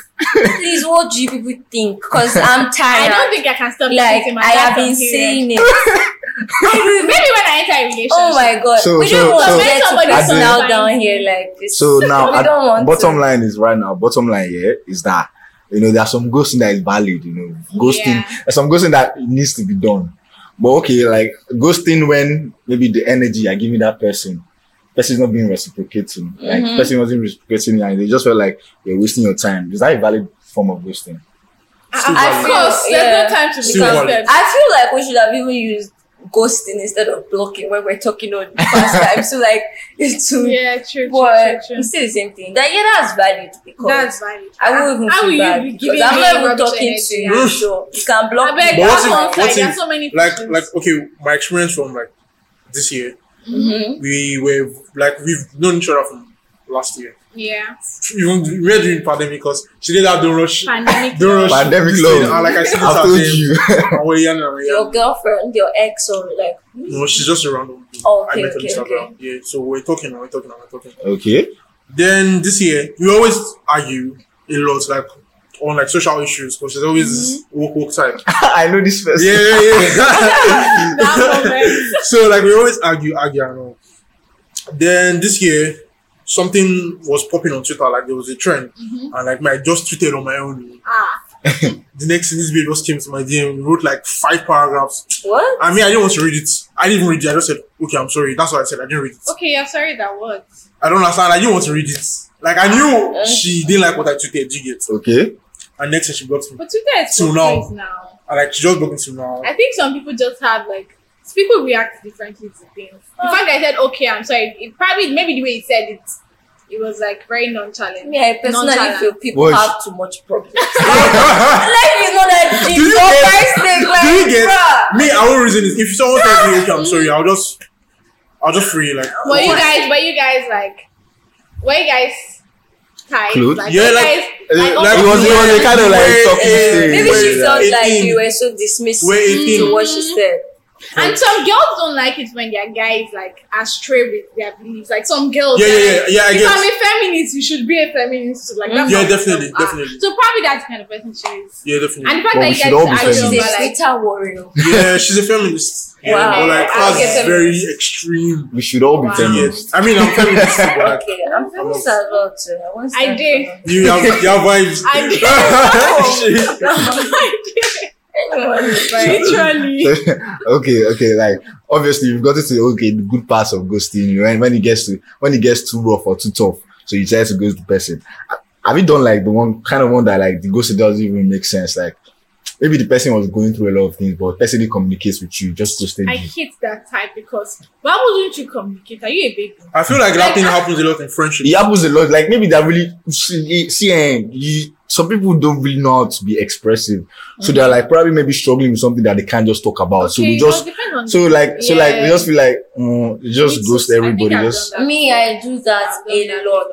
S4: please, what do you people think? Because I'm
S3: I
S4: tired.
S3: don't think I can stop
S4: like
S3: dating my
S4: I
S3: dad
S4: have
S3: from
S4: been
S3: here.
S4: saying it.
S3: Maybe when I enter a relationship.
S4: Oh my god.
S1: So-
S4: we
S1: so-
S4: don't want
S1: so-
S4: to get
S3: Somebody
S4: to personal
S3: finds
S4: down
S3: me.
S4: here like this.
S1: So now,
S4: we
S1: at-
S4: don't want
S1: bottom
S4: to.
S1: line is right now. Bottom line here is that you know there's some ghosting that is valid. You know, ghosting.
S3: Yeah.
S1: There's some ghosting that needs to be done. But okay, like ghosting when maybe the energy I giving that person, person's not being reciprocating. Like
S4: Mhm.
S1: person wasn't reciprocating, and they just felt like you're wasting your time. Is that a valid form of ghosting?
S2: Still
S3: I-
S2: valid.
S3: Of course,
S4: Yeah.
S3: there's no time to be
S2: Still valid.
S3: ghosted.
S4: I feel like we should have even used ghosting instead of blocking when we're talking on the first time. So like it's too
S3: Yeah, true, true, true,
S4: but
S3: true.
S4: it's still the same thing. That yeah, that's valid because
S3: That's valid.
S4: I won't even
S3: How will
S4: feel bad
S3: you be
S4: because
S3: giving
S4: I'm
S3: me
S4: not even
S3: rubbish
S4: talking to
S3: energy?
S4: you. Sure, you can block
S3: I
S4: me.
S3: beg,
S2: But
S3: that's
S2: if-
S3: one
S2: what
S3: side.
S2: if-
S3: There's so many
S2: Like,
S3: issues.
S2: like okay, my experience from like this year,
S4: Mhm.
S2: we were like we've known each other from last year.
S3: Yeah.
S2: Even we were during pandemic because she did that don't rush.
S3: Pandemic.
S2: Don't rush.
S1: Pandemic
S2: this
S1: love.
S2: thing, and like I said,
S1: I've told you.
S4: Your girlfriend, your ex, or like
S2: No, she's just a random. girl.
S4: Oh, okay,
S2: I met on
S4: okay,
S2: Instagram. Yeah, so we're talking, we're talking, we're talking.
S1: okay.
S2: Then this year, we always argue a lot, like on like social issues, because there's always this
S3: Mm-hmm.
S2: woke woke side.
S1: I know this person.
S2: Yeah, yeah,
S3: That
S2: yeah.
S3: moment.
S2: so like we always argue, argue, and all. Then this year, something was popping on Twitter, like there was a trend, and like my I just tweeted on my own.
S3: Mm-hmm. Ah,
S2: The next thing, this baby just came to my DM, wrote like five paragraphs.
S4: what?
S2: I mean, I didn't want to read it. I didn't even read it. I just said, okay, I'm sorry. That's what I said. I didn't read it.
S3: okay, I'm sorry that was.
S2: I don't understand. I didn't want to read it. Like, I knew
S4: Uh.
S2: she didn't like what I tweeted. You get.
S1: Okay.
S2: And next, time she blocked me.
S3: But Twitter is
S2: So
S3: so
S2: now-
S3: now. now.
S2: And like, she just blocked me to now.
S3: I think some people just have like people react differently to things. The
S4: Ah.
S3: fact that I said okay, I'm sorry. It probably maybe the way he said it, it was like very nonchalant.
S4: Yeah, I personally
S3: Nonchalant.
S4: feel people
S1: What?
S4: have too much problems. Life is not that deep.
S2: Do you
S4: no
S2: get-
S4: guys think like,
S2: do you get-
S4: bruh.
S2: me, I won't reason it. If someone tells me, okay, I'm sorry, I'll just, I'll just free. Like,
S3: Were you
S2: okay.
S3: guys? Were you guys like? Were you guys tight?
S1: Close?
S3: Like,
S2: Yeah,
S3: were you
S2: like-
S3: guys,
S1: Uh,
S3: like,
S1: like, it was, it was a kind of like
S2: Wait,
S1: talking
S2: eh,
S1: stage.
S4: Maybe she
S2: Wait,
S4: felt
S2: uh,
S4: like
S2: eighteen.
S4: you were so dismissive
S2: We're
S4: to
S2: 18.
S4: what she said.
S3: And some girls don't like it when their guys like astray with their beliefs. Like some girls,
S2: Yeah,
S3: they're
S2: yeah, yeah,
S3: like,
S2: yeah, I get.
S3: if I'm a feminist, you should be a feminist. too." Like that's
S2: Yeah,
S3: how
S2: definitely,
S3: girls are.
S2: definitely.
S3: So probably that's the kind of person she is.
S2: Yeah, definitely.
S3: And the fact
S1: Well,
S3: that
S1: we
S3: you
S1: should all be
S3: guys
S4: She's
S3: argue
S4: a
S1: feminists.
S3: about like
S4: Twitter warrior.
S2: yeah, she's a feminist. Yeah,
S4: Wow.
S2: but like,
S4: I'll
S2: that's
S4: get feminist.
S2: very extreme.
S1: We should all be
S3: Wow.
S1: feminists.
S2: Yes. I mean, I'm feminist, but like,
S4: Okay, I'm feminist as well too. I won't
S3: I
S4: stand
S3: did.
S4: for
S2: you have, you have vibes.
S3: I did.
S2: Shit.
S4: anyone. Like,
S3: literally.
S1: okay, okay, like obviously you've got to say okay, the good parts of ghosting when when it gets to when it gets too rough or too tough, so you try to ghost the person. Have you done like the one kind of one that like the ghosting doesn't even make sense? Like maybe the person was going through a lot of things, but the person didn't communicate with you just to stay.
S3: I hate that type because why wouldn't you communicate? Are you a baby?
S2: I feel like that thing happens a lot in friendship.
S1: It happens a lot. Like maybe they're really see, see eh, you, some people don't really know how to be expressive, so they're like probably maybe struggling with something that they can't just talk about. Oh, so
S3: Okay,
S1: they
S3: it
S1: just
S3: all depends on
S1: so like so like they
S3: Yeah.
S1: just feel like mm, they just
S3: Me too.
S1: ghost
S3: I think
S1: everybody.
S3: I've
S1: Just
S3: done that
S4: Me,
S3: before.
S4: I do that a lot.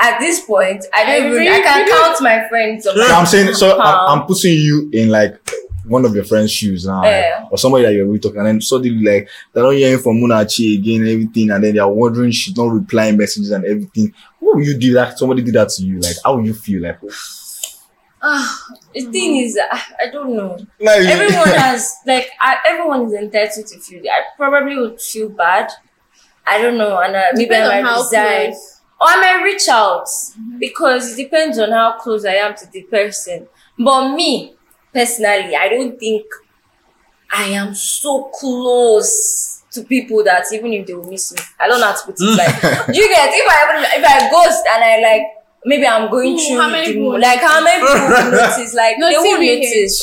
S4: At this point, I
S3: I
S4: don't even. I
S3: really-
S4: can
S3: really-
S4: count my friends. on my
S1: So I'm saying, so
S4: palm.
S1: I'm, I'm putting you in like one of your friend's shoes now, like,
S4: Yeah.
S1: or somebody that you're really talking, and then suddenly like they're not hearing from Munachi again and everything, and then they're wondering she's not replying messages and everything. What would you do like somebody did that to you? Like how would you feel? Like
S4: Ah, the thing is, I, I don't know.
S1: like
S4: Everyone has like I, everyone is entitled to feel. I probably would feel bad. I don't know, and uh, maybe
S3: Depends
S4: I
S3: on
S4: might
S3: how
S4: resign.
S3: close.
S4: or I might reach out
S3: Mm-hmm.
S4: because it depends on how close I am to the person. But me personally, I don't think I am so close to people that even if they will miss me, I don't know how to put
S3: Mm.
S4: it like you get if I even- if I ghost and I like maybe I'm going
S3: Ooh,
S4: through
S3: Hmm, how many
S4: the
S3: people
S4: mo-
S3: will
S4: like how many people will notice like
S3: No,
S4: they won't
S3: TV
S4: notice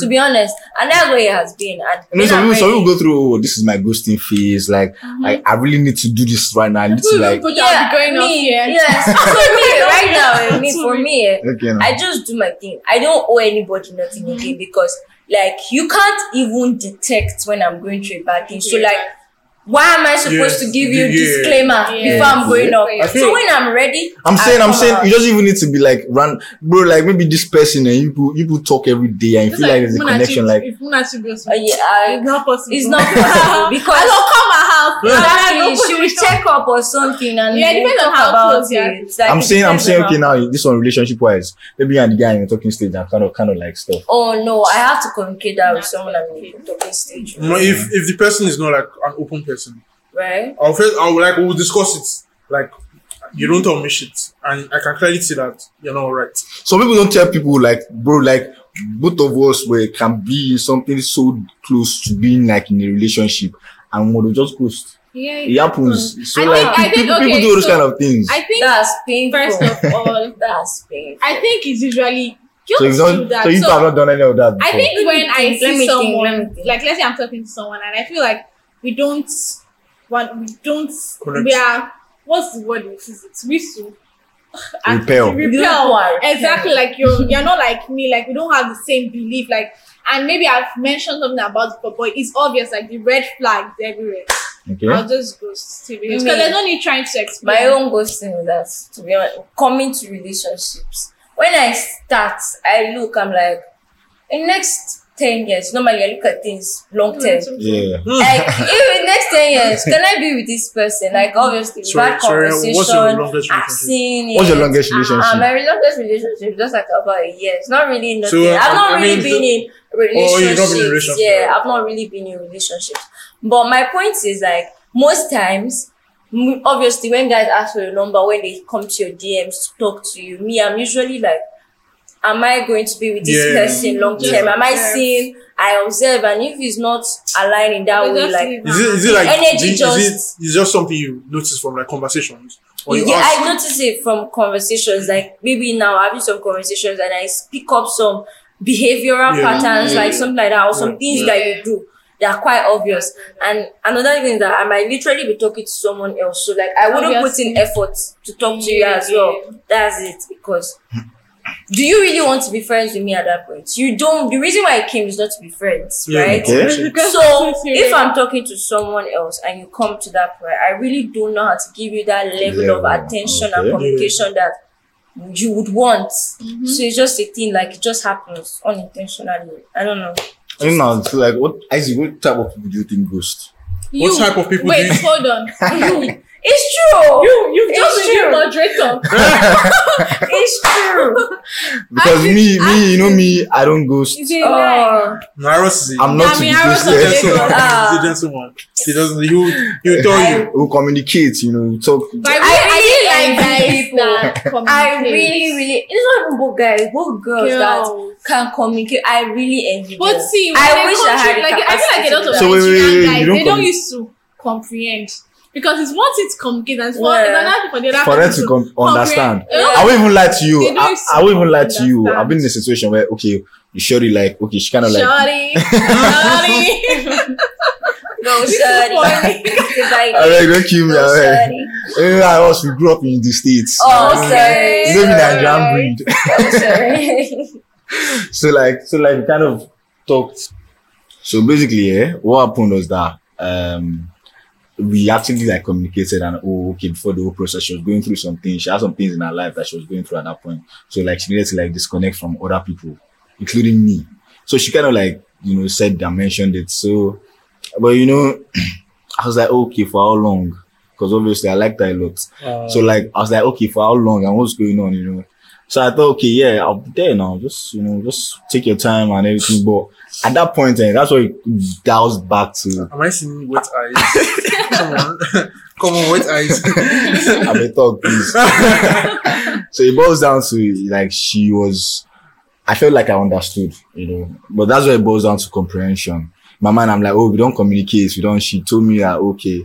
S4: to be honest and that's where it has been and
S1: You know,
S4: when
S1: some
S4: I'm
S1: people, some
S4: ready-
S1: people go through, oh, this is my ghosting phase. Like, I, I really need to do this right now. I need to, like,
S3: Mm-hmm. People that will be going
S4: me,
S3: off here.
S4: Yes. So me, right now, eh, me, for me, eh,
S1: okay, now.
S4: I just do my thing. I don't owe anybody nothing
S3: Hmm.
S4: again because, like, you can't even detect when I'm going through a bad thing. So, like, why am I supposed
S2: Yes,
S4: to give you
S2: yeah.
S4: disclaimer
S3: Yeah.
S4: before I'm going up?
S3: I
S2: feel-
S4: So when I'm ready,
S1: I'm
S4: I
S1: saying, I'm
S4: come
S1: saying,
S4: out.
S1: you just even need to be like, run, bro, like maybe this person and you people, you people talk every day and you
S3: Just
S1: feel like there's a
S3: Munachi-
S1: connection. Like,
S3: if Munachi goes,
S4: Uh, yeah, I-
S3: it's not possible.
S4: it's not possible because-
S3: I don't come at house.
S4: Exactly, she will
S3: Nobody-
S4: check up or something, and
S3: Yeah, it
S4: we'll
S3: depends on
S4: talk
S3: how
S4: about
S3: close you are.
S4: it. It's like,
S1: I'm
S4: it
S1: saying, I'm
S4: depends
S1: saying,
S4: on
S1: okay,
S4: how-
S1: now this one relationship wise, maybe you and the guy in the talking stage and kind of, kind of like stuff.
S4: Oh no, I have to communicate that with
S3: That's
S4: someone I'm
S3: okay.
S4: talking stage,
S1: Hmm.
S2: No, if if the person is not like an open person,
S4: right?
S2: I'll first I'll like we'll discuss it. Like you don't tell me shit, and I can clearly see that you're not right.
S1: Some people don't tell people like, bro, like both of us were can be in something so close to being like in a relationship and we'll just ghost.
S3: Yeah,
S1: It happens. So
S3: I
S1: like
S3: think- I think-
S1: people,
S3: okay,
S1: people do those
S3: so
S1: kind of things.
S3: I think
S4: That's painful.
S3: first of all,
S4: That's painful.
S3: I think it's usually
S1: so you
S3: guilt to
S1: don't,
S3: that.
S1: so you
S3: So
S1: have not done any of that before.
S3: I think
S4: Let me
S3: when I
S4: think, let
S3: see
S4: me think, let
S3: someone,
S4: me think.
S3: like let's say I'm talking to someone, and I feel like we don't want, we don't,
S2: Correct.
S3: we are what's the word? What is it? We so
S1: Repel.
S4: You don't
S3: repel.
S4: want-
S3: Exactly, like you're you're not like me. Like we don't have the same belief. Like, and maybe I've mentioned something about it, but, but it's obvious. Like the red flags everywhere.
S1: okay.
S3: I'll just go to
S4: You
S3: because
S4: mean-
S3: there's no need trying to explain.
S4: my own ghosting is that to be honest, coming to relationships. When I start, I look, I'm like, in next 10 years, normally I look at things
S3: Hmm.
S4: long term.
S1: Yeah.
S4: Like, if in next 10 years, can I be with this person? Like, obviously,
S2: Sorry,
S4: bad
S2: sorry, what's your
S4: conversation.
S2: longest relationship?
S4: asking
S1: What's your
S4: it.
S1: longest
S4: Ah,
S1: relationship?
S4: my longest relationship just like about a year. It's not really
S2: So,
S4: nothing. I've
S2: I-
S4: not
S2: I mean,
S4: really been in
S2: Oh, you've
S4: relationships.
S2: not been in relationship.
S4: Yeah, I've not really been in relationships. But my point is like most times, m- obviously, when guys ask for your number, when they come to your DMs to talk to you, me, I'm usually like, am I going to be with this
S2: Yeah.
S4: person long
S3: Yeah.
S4: term? Am I
S3: Yeah.
S4: seeing? I observe, and if it's not aligned in that
S3: We
S4: way,
S3: just
S4: like
S3: leave
S2: Is it is it
S4: The
S2: like
S4: energy
S2: is,
S4: just-
S2: is it is just something you notice from like conversations or you
S4: yeah,
S2: ask?
S4: I notice it from conversations. Like maybe now having some conversations and I pick up some behavioral
S2: Yeah.
S4: patterns,
S2: Yeah.
S4: like something like that, or some
S2: Yeah.
S4: things
S3: Yeah.
S4: that you do that are quite obvious. And another thing is that I might literally be talking to someone else. So like I wouldn't put in
S3: Obviously.
S4: effort to talk to you as
S3: Yeah.
S4: well. That's it because. Do you really want to be friends with me at that point? You don't. The reason why I came is not to be friends,
S2: Yeah,
S4: right?
S1: Okay.
S4: So if I'm talking to someone else and you come to that point, I really don't know how to give you that level of
S1: Level,
S4: attention
S1: okay.
S4: and communication that you would want.
S3: Mm-hmm.
S4: So it's just a thing like it just happens unintentionally. I don't know.
S1: I don't know. So like, what Isaac? What type of people do you think ghost?
S3: You-
S2: What type of people
S3: Wait,
S2: do you-
S3: hold on.
S4: It's true.
S3: You you've
S4: It's
S3: just been
S4: true.
S3: moderator.
S4: It's true.
S1: Because
S3: Isaac-
S1: me, me, you know
S3: Isaac-
S1: me, I don't ghost.
S3: Is it like-
S4: Oh,
S2: Nairos is a
S1: I'm not
S3: I
S1: to be
S3: mean, I was
S1: ghosted.
S3: on
S2: gentleman.
S4: Ah.
S2: He's a gentleman. He doesn't. He will, he will tell you.
S1: Who communicate? You know, we talk.
S3: But I
S4: I
S3: really,
S4: really
S3: like guys
S4: envy people.
S3: that
S4: Oh, I
S3: communicate.
S4: really, really. It's not even both guys, both girls that
S3: Girls.
S4: can communicate. I really envy.
S3: But
S4: them.
S3: see, when
S4: I
S3: they
S4: wish
S3: come
S4: I
S3: to-
S4: had. the
S3: like I feel like
S4: capacity
S3: a lot
S4: to
S3: of
S1: So
S4: do
S1: wait, wait,
S3: Nigerian
S1: wait, you
S3: guys
S1: don't
S3: they don't
S1: com-
S3: used to comprehend because it's one thing to communicate and it's one
S4: Yeah.
S3: it's another for the other
S1: for them
S3: person
S1: to com- understand.
S3: comprehend.
S1: I won't even lie to you.
S3: They don't
S1: I, I won't even lie to you.
S3: understand.
S1: I've been in a situation where okay, you surely like okay, she kind of like
S3: Shawty, shawty.
S4: that. Go,
S3: This is
S4: shawty. Divide
S1: I
S4: it.
S1: like don't kill me. Eh,
S4: Go,
S1: I
S4: shawty.
S1: us we grew up in the states.
S4: Oh,
S1: You know,
S4: sorry.
S1: you know me, Nigerian breed.
S4: I'm sorry.
S1: so like so like we kind of talked so basically eh, what happened was that um we actually like communicated and oh okay before the whole process she was going through some things she had some things in her life that she was going through at that point so like she needed to like disconnect from other people including me so she kind of like you know said and mentioned it so but you know i was like okay for how Uh, long because obviously i liked her a lot so like I was like, okay, for how long and what's going on, you know? So I thought, okay, yeah, I'll be there now. Just, you know, just take your time and everything. But at that point, eh, that's what it dials back to.
S2: Am I seeing wet eyes? Come on. Come on, wet eyes.
S1: I may talk, please. so it boils down to like she was I felt like I understood, you know. But that's where it boils down to comprehension. My mind, I'm like, oh, we don't communicate, we don't she told me that okay.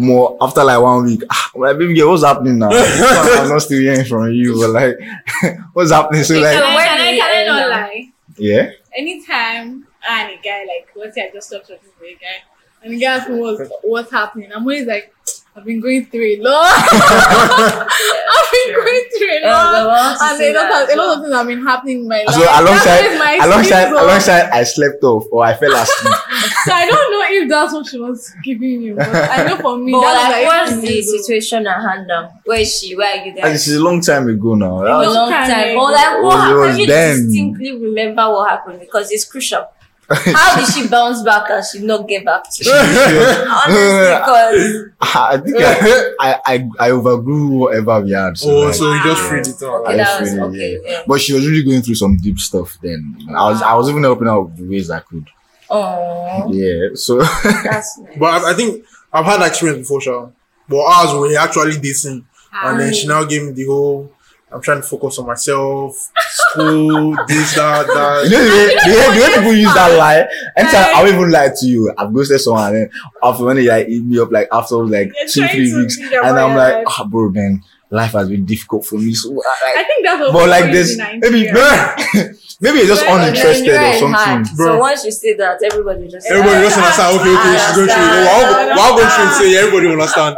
S1: More after like one week, ah, my baby girl, what's happening now? I'm not still hearing from you, but like what's happening? So
S3: can,
S1: like
S3: I, can, I, can I not
S4: Like-
S3: lie?
S1: yeah.
S3: Anytime and a guy like let's say I just talked to this a guy and the guy asks me what's what's happening, I'm always like I've been going through a lot. I've been
S4: sure.
S3: going through a
S4: Yeah,
S3: lot.
S4: they want to
S3: and
S4: see
S3: a lot,
S4: that
S3: of, a lot
S4: as well.
S3: of things have been happening in my life.
S1: So alongside
S3: That's my
S1: alongside
S3: excuse, oh.
S1: alongside I slept off or I fell asleep.
S3: So I don't know if that's what she was giving you. But I know for me,
S4: But
S3: that
S4: like,
S3: was
S4: what's the situation at hand now? Where is she? Where are you
S1: and
S4: there?
S1: this is a long time ago now. That
S4: A
S1: was-
S4: long
S3: time
S4: time.
S3: ago.
S4: But like, what
S1: Oh, it was
S4: happened? You
S1: then.
S4: distinctly remember what happened because it's crucial. How did she bounce back and she not get back to you? Honestly, because
S1: I think I, I I I overgrew whatever we had. So
S2: oh,
S1: like-
S2: so you just freed it out.
S1: I
S4: okay, that was
S1: feel it,
S4: okay. Yeah.
S1: But she was really going through some deep stuff then. I was I was even helping out the ways I could.
S4: Oh,
S1: Yeah. So
S4: that's nice.
S2: But I, I think I've had that experience before, Sha. But ours were actually dating.
S4: Ah.
S2: And then she now gave me the whole I'm trying to focus on myself, school, this, that,
S1: you
S2: that.
S1: know the way, the way, the way people use that lie. Anytime
S3: Right.
S1: I will even lie to you, I've ghosted someone and then after when they like eat me up like after like
S3: You're
S1: two,
S3: trying
S1: three
S3: to
S1: weeks.
S3: be your
S1: And I'm like,
S3: lawyer.
S1: ah bro man, life has been difficult for me. So I,
S3: I
S1: like,
S3: think that's what
S1: but
S3: we
S1: like
S3: do
S1: this
S3: in Nigeria.
S1: maybe maybe you're just
S3: Well, then
S1: uninterested
S4: Nigeria
S1: or
S4: is hard.
S1: something.
S2: Bro.
S4: So once you say that, everybody just
S2: Everybody just
S3: Yeah.
S2: understand, okay, okay, she's going through it. We're all, we're all going through it, so yeah, everybody understand.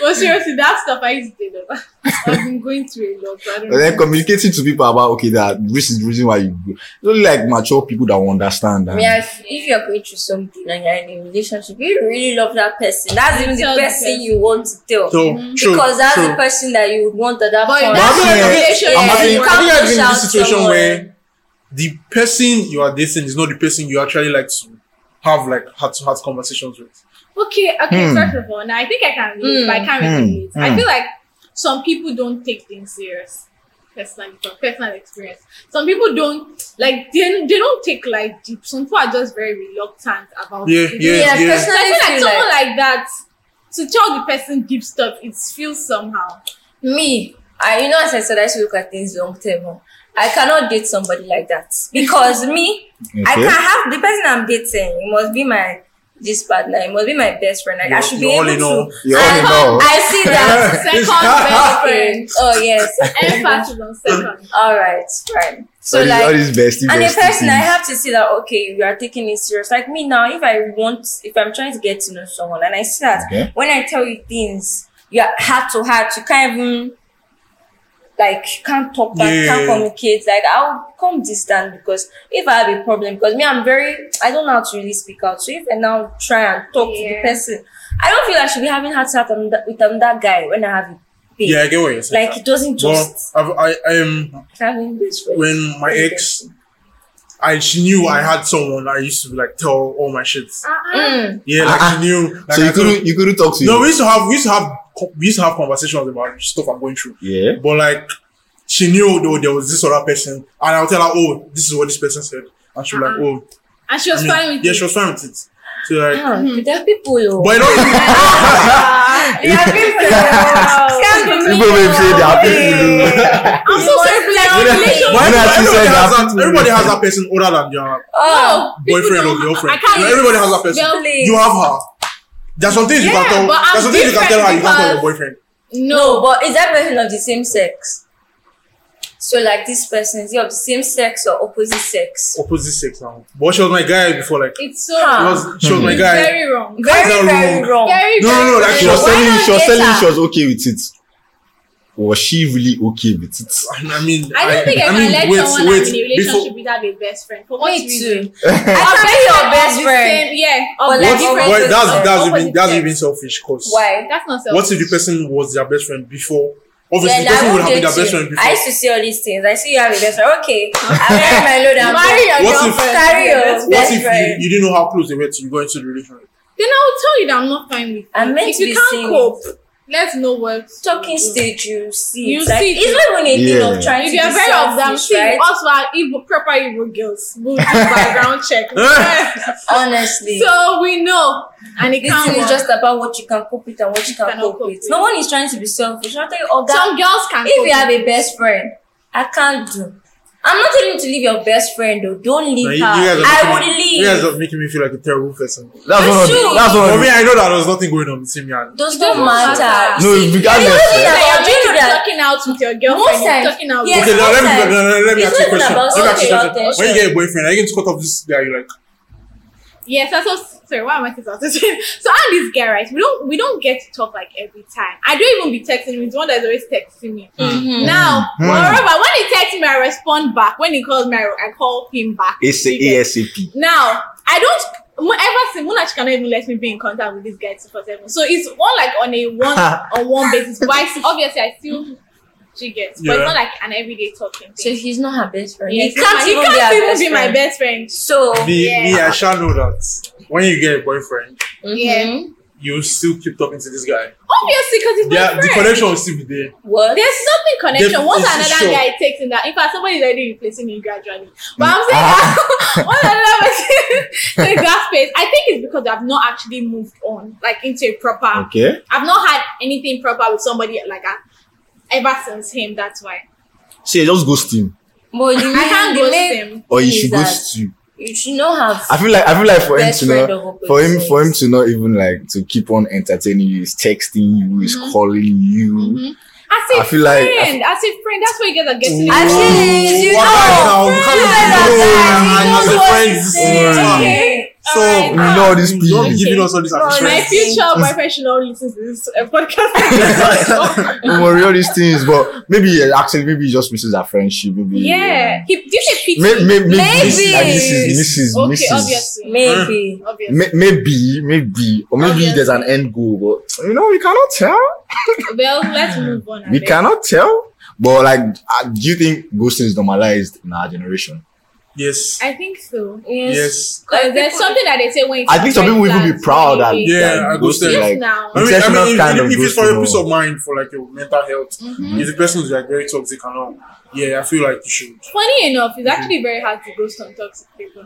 S3: But seriously, that stuff I used to do. that. I've been going through a lot. so I don't
S1: And then
S3: know.
S1: communicating to people about okay that this is the reason why you it's only like mature people that will understand. and-
S4: I
S2: Um,
S4: mean, if, if you're going through something and you're in a relationship, you really love that person. That's even
S3: Tell
S4: the
S3: the
S4: best thing
S3: person.
S4: you want to tell.
S2: So, true,
S4: because that's
S2: true.
S4: the person that you would want at that
S3: But
S4: point.
S1: But I'm
S3: that's the
S1: saying-
S3: relation.
S1: I'm
S4: yeah,
S1: having-
S4: you
S2: I
S4: can't
S2: think I've
S4: push
S2: been in
S4: out
S2: this situation
S4: someone.
S2: where the person you are dating is not the person you actually like to have like heart to heart conversations with.
S3: Okay, okay.
S1: Hmm.
S3: First of all, now I think I can relate,
S4: Hmm.
S3: but I can't really
S1: Hmm.
S3: relate. I
S1: Hmm.
S3: feel like some people don't take things serious. Personally, from personal experience, some people don't like they, they don't take like deep. Some people are just very reluctant about
S2: Yeah,
S3: it.
S2: yeah,
S4: Yeah,
S2: yeah.
S3: So I
S4: personally,
S3: feel like
S4: feel
S3: someone
S4: like
S3: like that to tell the person deep stuff, it feels somehow.
S4: me, I you know as I said I should look at things long term. oh. I cannot date somebody like that because me, I
S1: Okay.
S4: can have the person I'm dating. It must be my this partner. It must be my best friend. Like I
S2: You're-
S4: should be
S2: you're all
S4: able
S2: in
S4: to.
S2: all.
S1: You're all in all.
S4: I see that.
S3: Second
S2: It's-
S3: best
S4: Okay.
S3: friend.
S4: Oh yes.
S3: Emphasis on second.
S4: All right. Fine. So
S1: all these- all
S4: like.
S1: these bestie,
S4: And a
S1: bestie
S4: person, I
S1: things.
S4: have to see that okay, you are taking it serious. Like me now, if I want, if I'm trying to get to know someone, and I see that
S1: Okay.
S4: when I tell you things, you are heart to heart, you can't even like you can't talk back,
S2: Yeah.
S4: can't communicate. Like I'll come distant because if I have a problem, because me, I'm very I don't know how to really speak out. So if I now try and talk to the
S3: Yeah.
S4: person, I don't feel I should be having heart to heart on that- with um, that guy when I have a babe.
S2: Yeah, I get what you're saying.
S4: Like it doesn't just
S2: Well, I've, I am
S4: having this
S2: when my ex, I she knew I had someone. I used to like tell all my shit.
S3: Uh-huh.
S4: Mm.
S2: Yeah,
S1: Ah,
S2: like
S1: ah.
S2: she knew. Like
S1: so
S2: I
S1: you
S2: told-
S1: couldn't you couldn't talk to
S2: No,
S1: you.
S2: we used to have we used to have co- we used to have conversations about stuff I'm going through.
S1: yeah.
S2: But like she knew though there was this other person, and I'll tell her, oh, this is what this person said, and she'll be like,
S3: Uh-uh.
S2: oh,
S3: And she was
S2: I mean,
S3: fine with
S2: yeah,
S3: it.
S2: she was fine with it. So like,
S4: Ah, there are people. oh.
S2: but it don't.
S4: They are people. Can't be
S1: People
S4: Ah, me,
S1: will say they are
S4: oh.
S1: people.
S3: I'm so sorry for like
S1: When I-
S3: relationship.
S1: when I actually said
S2: everybody, has
S1: that,
S2: that, everybody has that person other than your
S4: Oh,
S3: people
S2: boyfriend or
S3: don't-
S2: girlfriend.
S3: I can't.
S2: You know, everybody has that person.
S3: Girl-
S4: please.
S2: You have her. There's some things you
S3: Yeah,
S2: can tell.
S3: but I'm
S2: There's some things you can tell her you can't tell your
S3: different
S2: boyfriend.
S4: No, but is that person of the same sex? So like this person is he of the same sex or opposite sex?
S2: Opposite sex now. But she was my guy before, like
S3: It's so
S2: she
S4: Huh.
S3: wrong.
S2: was she was my
S3: It's
S2: guy.
S3: very wrong.
S4: Very
S2: that
S4: very
S2: wrong?
S4: wrong.
S3: Very,
S2: No, no,
S3: very
S2: no,
S3: wrong.
S2: like
S1: She was
S4: Why
S1: telling
S4: not
S1: she was
S4: get
S1: telling
S4: her?
S1: she was okay with it. Was she really okay with it?
S2: I mean,
S3: I don't think I, can
S2: mean,
S3: let
S2: wait,
S3: someone
S2: wait,
S3: I'm in a relationship
S2: before,
S3: without a best friend. For what
S4: Me
S3: reason?
S4: too. I can't be your best
S3: The
S4: friend.
S3: Same, yeah.
S4: But
S3: of different
S4: like different
S2: Well,
S3: races,
S2: that's
S3: of
S2: that's
S3: opposite
S2: even that's
S3: sex.
S2: even selfish. Cause
S4: Why?
S3: That's not selfish.
S2: what if the person was their best friend before? Obviously,
S4: Then
S2: the person would
S4: I won't
S2: have been their
S4: date
S2: best friend
S4: you. I
S2: before.
S4: used to see all these things. I see you have a best friend. Okay, I marry my load and
S3: Marry your
S2: What if-
S3: girlfriend.
S4: Carry your
S3: That's-
S4: best
S2: What if you,
S4: friend.
S2: you didn't know how close they were to you going into the relationship?
S3: Then I will tell you that I'm not fine with
S4: I'm
S3: it.
S4: meant
S3: If
S4: to
S3: you
S4: be
S3: can't
S4: single.
S3: cope, Let's know what
S4: talking
S3: you-
S4: stage, you see,
S3: You
S4: it's like,
S3: see it.
S4: it's not even a thing
S1: Yeah.
S4: of trying
S3: If
S4: to
S3: you are very
S4: be
S3: observant,
S4: selfish,
S3: see
S4: right?
S3: us who are Igbo, proper Igbo girls, we'll do background check.
S4: Honestly,
S3: so we know, and it
S4: this
S3: can't
S4: thing
S3: be
S4: is
S3: just
S4: just about what you can cope with and what you can
S3: Cannot
S4: cope
S3: cope
S4: with.
S3: with.
S4: No one is trying to be selfish. I tell you, oh,
S3: some girls can.
S4: if you
S3: cope.
S4: have a best friend, I can't do. I'm not telling you to leave your best friend though. Don't
S2: No,
S4: leave
S2: you, you guys
S4: her.
S2: are
S4: I
S2: making
S4: would
S2: me-
S4: leave.
S2: You guys are making me feel like a terrible person.
S1: That's one
S4: But
S1: of
S4: you-
S1: the, that's one
S2: For
S1: of
S2: me,
S1: the,
S2: I know that there was nothing going on between me and.
S4: Those
S3: Don't
S4: don't matter.
S3: matter.
S1: No,
S4: See,
S1: regardless, eh?
S4: you're looking at
S3: Like,
S4: all-
S3: you're
S4: do you know
S3: really
S4: that?
S3: talking out with your
S4: Most
S3: girlfriend. You're
S4: times-
S3: talking out.
S4: yes,
S3: with
S2: Okay, now let me
S4: sometimes.
S2: no, no, let me
S4: It's
S2: ask you a
S4: not even
S2: question.
S4: about
S2: Let me ask you a
S4: social
S2: question. When you
S4: attention.
S2: get a boyfriend, are you going to cut off this guy? You're like,
S3: Yes, that's so sorry. Why am I saying something? so I'm this guy, right? We don't we don't get to talk like every time. I don't even be texting him. He's the one that's always texting me.
S2: Hmm.
S4: Mm-hmm.
S3: Now,
S1: Mm.
S3: moreover, when he texts me, I respond back. When he calls me, I, I call him back.
S1: it's a ASAP.
S3: Now, I don't mo- ever see Munachi cannot even let me be in contact with this guy two four seven. So it's all like on a one on one basis. But I s- obviously I still she gets, but
S2: Yeah.
S3: it's not like an everyday talking
S4: So
S3: thing.
S4: he's not her best friend.
S3: Yes, my- he
S4: her
S3: can't even
S4: best
S3: be my
S4: friend.
S3: best friend.
S4: So
S2: me, me,
S3: Oh, Yeah.
S2: I shall know that. When you get a boyfriend,
S3: Mm-hmm. Yeah.
S4: mhm.
S2: you still keep talking to this guy.
S3: Obviously, because he's my
S2: Yeah, the
S3: friend.
S2: connection will still be there.
S4: what?
S3: There's something connection.
S2: Def-
S3: Once
S2: it's
S3: another
S2: sure.
S3: guy takes in that. In fact, somebody is already replacing him gradually. But I'm saying
S1: Mm. Ah.
S3: that once another person takes that space, I think it's because I've not actually moved on, like into a proper.
S1: Okay.
S3: I've not had anything proper with somebody like I, ever since him. That's why
S1: See, just ghost him.
S4: But the
S3: I can't
S4: main- the
S3: ghost
S4: main-
S3: him.
S1: Or you
S4: Is
S1: should
S4: that-
S1: ghost you.
S4: You should not have.
S1: I feel like I feel like for him
S4: Best
S1: to
S4: friend of
S1: not
S4: opposite
S1: for him for him
S4: sex.
S1: to not even like to keep on entertaining you, is texting you, is calling you.
S3: Mm-hmm. As a
S1: Mm-hmm. I feel like-
S3: friend, as a friend, that's where you guys are getting.
S4: I feel- Actually, you
S2: What
S4: know,
S2: happened now?
S4: You
S2: You can't be doing
S4: guys are bad. You know
S2: that. As a
S4: what
S2: friend,
S4: you
S2: this is
S4: say.
S2: what's wrong.
S3: Okay.
S2: So,
S3: Alright,
S1: um, We
S3: ah.
S1: know all these
S2: You don't be
S1: people.
S2: giving us all this as a
S4: Okay.
S3: My
S2: friend.
S3: future boyfriend should not listen to this uh, podcast.
S1: We worry all these things, but maybe yeah, actually maybe he just misses our friendship. Maybe
S3: yeah, he, do you say pity?
S1: Maybe, maybe,
S4: Maybe.
S1: This, like, this is Mrs.
S3: okay,
S1: Mrs.
S3: obviously,
S4: Maybe.
S3: obviously.
S1: May- Maybe, maybe, or maybe
S3: Obviously.
S1: there's an end goal, but you know we cannot tell.
S3: Well, let's move on.
S1: We
S3: Abeg.
S1: cannot tell. But like, uh, do you think ghosting is normalized in our generation?
S2: Yes.
S3: I think so.
S2: Yes.
S3: 'Cause there's something that they say when it's
S1: I think some
S3: red
S1: people will even be
S3: flags,
S1: proud
S3: when
S1: that
S3: you-
S2: Yeah, I
S1: that
S2: go say
S1: ghosting,
S3: Yes,
S1: like
S2: I
S3: now.
S2: mean, I
S1: Intentional
S2: mean if,
S1: kind
S2: if,
S1: of
S2: if it's for your
S1: ghosting,
S2: peace
S1: no.
S2: of mind, for like your mental health,
S3: Mhm.
S2: if the person is like very toxic and all, yeah, I feel like you should.
S3: Funny enough, it's actually very hard to ghost on toxic people,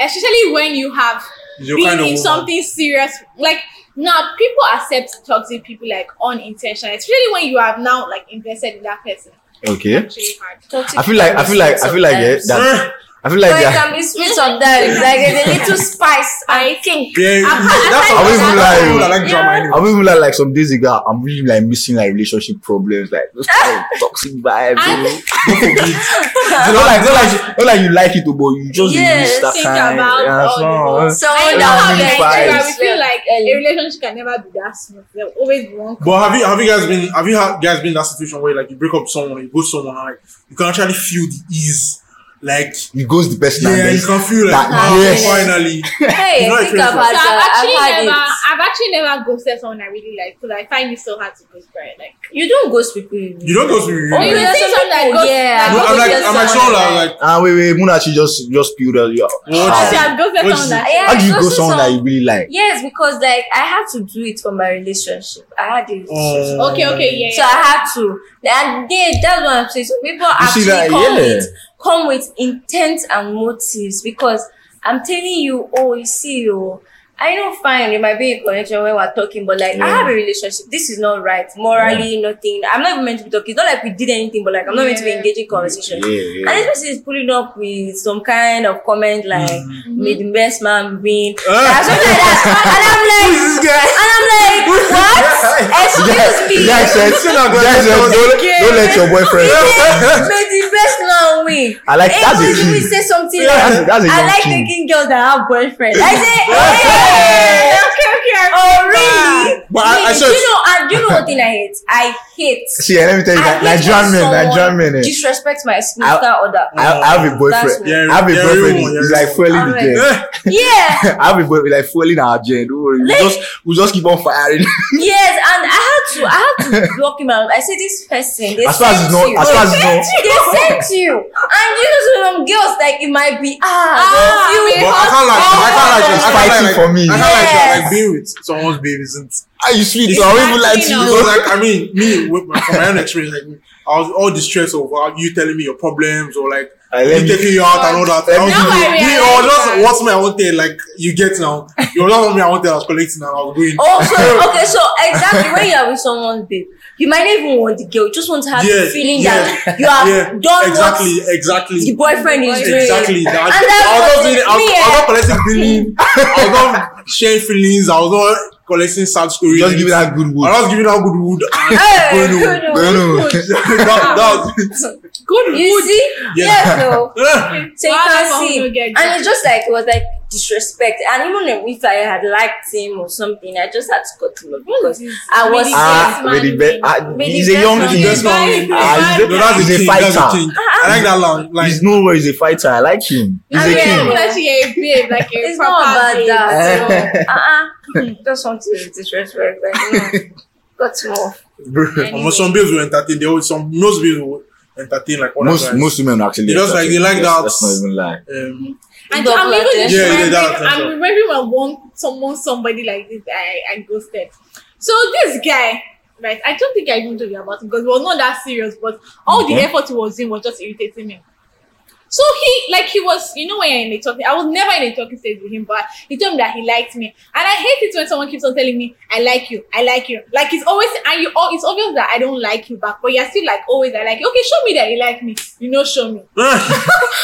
S3: especially when you have
S2: You're
S3: been
S2: kind of
S3: in
S2: woman.
S3: something serious. Like now, people accept toxic people like unintentional, especially when you have now like invested in that person.
S1: okay.
S3: It's really hard.
S1: I feel like I feel like I feel like
S2: Eh?
S1: yeah, that I feel like
S4: but it
S1: yeah.
S4: can be sweet sometimes. Like there's a little spice. I think.
S2: Yeah,
S3: Apart-
S2: that's
S3: apart
S2: how
S1: from
S2: people
S1: that-
S2: that like drama
S1: I
S2: anyway.
S1: was even like, like some days ago, I'm really like missing like relationship problems, like those kind of toxic vibe. You
S3: And-
S1: know, You know, like not like you- not like you like it, but you just
S4: Yes,
S1: miss that
S3: think
S1: kind.
S3: about
S1: yeah,
S3: all
S1: so- uh,
S3: the-
S4: So
S3: I know
S1: that
S3: how
S1: really
S3: we
S1: vibes.
S3: are. We feel like a
S4: Early.
S3: relationship can never be that smooth. There'll always be one.
S2: But have you have you guys been have you ha- guys been in that situation where like you break up with someone, you go someone and like, you can actually feel the ease, like
S1: It goes the best now.
S2: yeah, you
S1: there's-
S2: can feel like
S1: that-
S3: Ah,
S2: wow,
S1: yes.
S2: finally.
S4: Hey,
S2: You know, I
S4: think
S2: feel
S4: about
S2: so.
S3: So I've
S4: that.
S3: actually
S4: I've had
S3: never,
S4: it.
S3: I've actually never ghosted someone I really like because I find it so hard to ghost, right? Like,
S4: You don't ghost people. You
S2: You don't go to me.
S4: Oh,
S3: yeah.
S4: you know,
S3: Some
S4: sometimes I
S3: people, yeah.
S4: go. Yeah.
S2: No,
S3: I
S2: I'm like
S3: ghost
S2: I'm like someone that like
S1: Ah, wait, wait, Munachi just just spilled out. Yeah.
S2: What?
S1: How?
S3: Actually, I've ghosted
S2: What's-
S3: someone that.
S4: Yeah.
S1: How do you
S4: I
S1: go
S4: ghosted
S1: someone that
S4: some-
S1: you really like?
S4: Yes, because like I had to do it for my relationship. I had it.
S2: oh,
S3: Okay, okay, yeah.
S4: So I had to. And they, that's what I'm saying. So people actually
S1: see that,
S4: come
S1: yeah.
S4: with come with intent and motives because I'm telling you, oh, you see, oh, I know fine, it might be a connection when we're talking, but like I
S1: Yeah.
S4: have a relationship. This is not right. Morally, nothing. I'm not even meant to be talking. It's not like we did anything, but like I'm not meant to be
S3: Yeah.
S4: engaging
S1: Yeah,
S4: conversation. And
S1: yeah.
S4: this person is pulling up with some kind of comment like, may the best man win.
S2: Ah.
S4: Or something like that. And I'm like, and I'm like, what? Excuse me.
S1: Yeah, I said, yeah, I said, uh, don't, don't let your boyfriend.
S4: May the best man win.
S1: I like
S4: Hey,
S1: that's
S4: boy,
S1: a
S4: you will
S1: key.
S4: say something
S1: Yeah, that's a-
S4: like,
S1: that's a
S4: I
S1: young
S4: like
S1: king."
S4: taking girls that have boyfriends. I say,
S3: Okay,
S4: hey,
S3: okay, okay.
S4: oh really?
S2: But I- I
S4: Really?
S2: said-
S4: do you know? And do you know what thing I hate? I hate.
S1: See, let me tell you,
S4: I
S1: Ni-
S4: hate
S1: Nigerian
S4: when
S1: men,
S4: someone
S1: Nigerian men. eh,
S4: Disrespect my significant other.
S1: I, I have a
S4: That's
S1: boyfriend.
S4: what-
S1: I have a
S2: Yeah,
S1: boyfriend.
S2: everyone,
S1: He's like
S2: everyone.
S1: fueling the gen.
S2: Eh,
S4: Yeah.
S1: I have a boyfriend. Like fueling our gen. Don't worry. We
S4: Like-
S1: just we just keep on firing.
S4: Yes, and I had to, I had to block him out. I said, this person, they
S1: As far as
S4: sent
S1: it's not,
S4: you.
S1: as far as it's not.
S4: they sent you, and you know some girls like it might be ah,
S3: Ah,
S4: don't feel
S3: but
S2: But I
S4: hurt.
S2: can't like I can't like I can't
S1: Fighting
S2: like
S1: for me.
S2: I can't like
S4: Yes.
S2: that. Like being with someone's baby isn't
S1: Are you sweet? I don't even like to
S3: Exactly,
S2: Because
S1: you.
S2: like I mean, me with my, from my own experience, like I was all the stress of uh, you telling me your problems or like
S1: I
S2: me
S1: let me.
S2: taking you out and all that.
S1: Let
S2: I was
S1: me-
S2: just-
S3: Now I
S2: me
S3: realize
S2: or just
S3: that.
S2: what's my own thing. Like you get now, you're not me. I wanted. I was collecting and I was going.
S4: Oh, so okay, so exactly when you are with someone, babe, you might not even want the girl. You just want to have the
S2: Yes,
S4: feeling
S2: yes,
S4: that you have
S2: yeah,
S4: done
S2: exactly,
S4: what
S2: exactly.
S4: the boyfriend is doing.
S2: Exactly. That,
S4: And that's
S2: I was
S4: what
S2: not doing. I was, I
S4: me,
S2: was
S4: eh.
S2: not collecting feelings. I was not sharing feelings. I was not collecting sad stories.
S1: Just give me that good
S2: I was
S1: wood.
S2: not giving out good wood.
S4: Hey,
S2: Going home.
S4: good one.
S1: Bueno.
S3: Ah.
S2: that, that,
S3: Good
S4: You
S3: mood.
S4: see,
S2: Yeah.
S4: yes, so
S2: yeah.
S4: so you
S3: Why
S4: can
S3: am I
S4: see,
S3: gonna get
S4: and it's just like it was like disrespect. And even if I had liked him or something, I just had to cut him off because I was.
S1: Ah,
S3: Yes,
S1: with the
S3: man.
S1: best. Ah,
S4: With
S1: he's
S4: the
S1: a young
S4: best
S1: king.
S2: Yes, man.
S3: Guys,
S1: Ah,
S3: guys.
S1: he's
S2: No,
S1: a-
S2: that's the
S1: He's a
S2: king. That's the
S1: fighter.
S2: king. I like that line. Like,
S1: He's nowhere. He's a fighter. I like him. He's
S3: I
S1: a
S3: mean,
S1: king.
S3: I'm actually a babe, like a
S4: It's
S3: proper
S4: not about
S3: babe.
S4: that. so, Uh-uh. Just want to disrespect, like, no. Got more.
S2: And when some babes will entertain. They always some most babes will entertain like other
S1: Most
S2: guys.
S1: most women actually.
S2: They just like- they like
S1: Let's-
S2: that.
S1: Let's not even lie.
S2: Um,
S3: And
S4: Double
S3: I'm even
S4: attention.
S2: Yeah, yeah,
S3: remembering,
S2: that's- that's all.
S3: I'm remembering when one someone somebody like this, I, I ghosted. So this guy, right? I don't think I even told you about him because it was not that serious, but all the
S1: Okay.
S3: effort he was doing was just irritating me. So he like he was, you know, when you're in a talking, I was never in a talking stage with him, but he told me that he liked me, and I hate it when someone keeps on telling me I like you, I like you. Like it's always and you all it's obvious that I don't like you back, but you're still like always I like you. Okay, show me that you like me. You know, show me.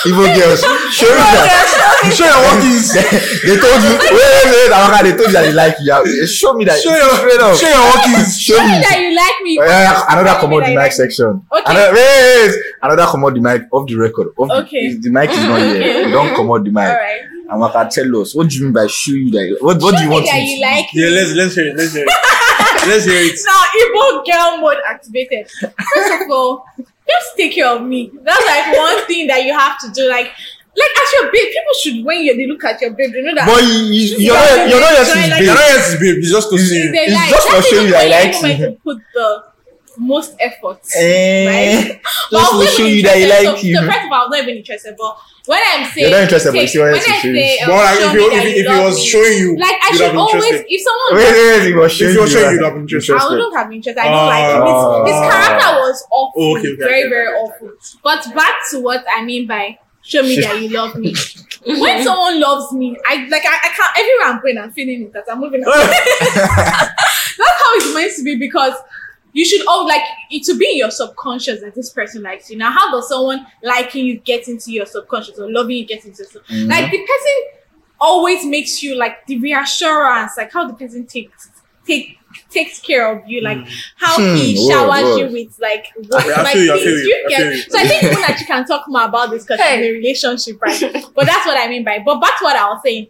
S1: Even girls, show me that. Show your workings. they told you. Wait, wait, wait. Amaka, they told you that you like you. Yeah, Show me that.
S2: Show your-
S1: straight up.
S2: show your workings.
S1: Show
S3: Show me
S1: me. Oh,
S3: that you like me.
S1: Yeah, another
S3: Show me
S1: commodity
S3: that you
S1: mic
S3: like me.
S1: section.
S3: Okay.
S1: Another, wait, wait, wait. another commodity mic off the record. Off the-
S3: Okay.
S1: The, mic is not here.
S3: Okay.
S1: You don't commodity mic.
S3: All right.
S1: Amaka, tell us what do you mean by show you that? you- What What do you
S3: Show
S1: want?
S3: me that
S1: me
S3: you
S1: to-
S3: like
S2: yeah,
S3: me.
S2: let's let's hear it. Let's hear it. Let's hear it.
S3: now Igbo girl mode activated. First of all, just take care of me. That's like one thing that you have to do. Like, like as your babe, people should when you they look at your babe, they know that.
S1: Boy, you, you, you're not you're not your sis,
S3: Like-
S1: babe.
S2: You're not yet to babe. It's just to
S1: Is-
S2: see. you.
S3: they
S1: it's
S3: like.
S1: just
S3: That
S1: for showing
S3: is
S1: you I
S3: when
S1: like
S3: when
S1: you.
S3: to put the most effort.
S1: Eh,
S3: Right?
S1: Just
S3: I'm
S1: to
S3: not
S1: show
S3: even
S1: you that you
S3: interested.
S1: like
S3: so,
S1: you.
S3: So first of all, I'm not even interested. But when I'm saying,
S1: You're not interested, but you see what
S3: when
S1: it's
S3: I say,
S1: serious.
S3: um,
S2: But like,
S3: show
S2: if
S3: me
S2: you if,
S3: that you
S2: if
S3: love
S2: he was
S3: me.
S2: showing you,
S3: like I
S2: you'd have
S3: should
S2: been
S3: always,
S2: interested.
S3: if
S1: Wait,
S3: someone
S1: wait, wait, it was showing
S2: If it was showing
S1: are-
S2: you, you'd have been interested.
S3: I wouldn't have interest. I don't like him.
S1: Ah.
S3: His, his character was awful,
S2: Oh, okay, okay,
S3: very,
S2: okay,
S3: very
S2: okay,
S3: awful. But back to what I mean by show me that you love me. when someone loves me, I like I, I can't. Everywhere I'm going, I'm feeling it that I'm moving. on. That's how it's meant to be because. You should all like it to be in your subconscious that this person likes you. Now, how does someone liking you get into your subconscious or loving you get into your sub-
S1: Mhm.
S2: Mm-hmm.
S3: like the person always makes you like the reassurance, like how the person takes take takes care of you,
S2: Mm.
S3: like how he
S1: Hmm, whoa,
S3: showers
S1: whoa.
S3: you with like what,
S2: I
S3: like
S2: feel you, I
S3: things
S2: feel you, I
S3: get.
S2: feel you.
S3: So I think even that you can talk more about this because
S4: Hey.
S3: it's a relationship, right? but that's what I mean by. But back to what I was saying,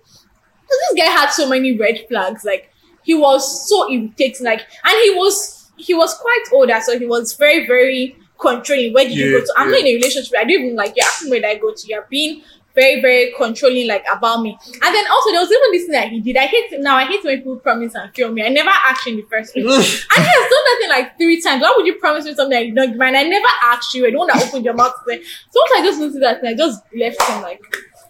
S3: this guy had so many red flags. Like he was so irritating. Like and he was he was quite older, so he was very very controlling. Where did you
S2: Yeah,
S3: go to? I'm
S2: yeah.
S3: not in a relationship. I don't even like you asking where did I go to. You're being very very controlling like about me. And then also there was even this thing that he did. I hate now. I hate when people promise and fail me. I never asked you in the first place. I has done that thing like three times. Why would you promise me something I did not give? And I never asked you. I don't want to open your mouth to say. Sometimes I just noticed that and I just left him like.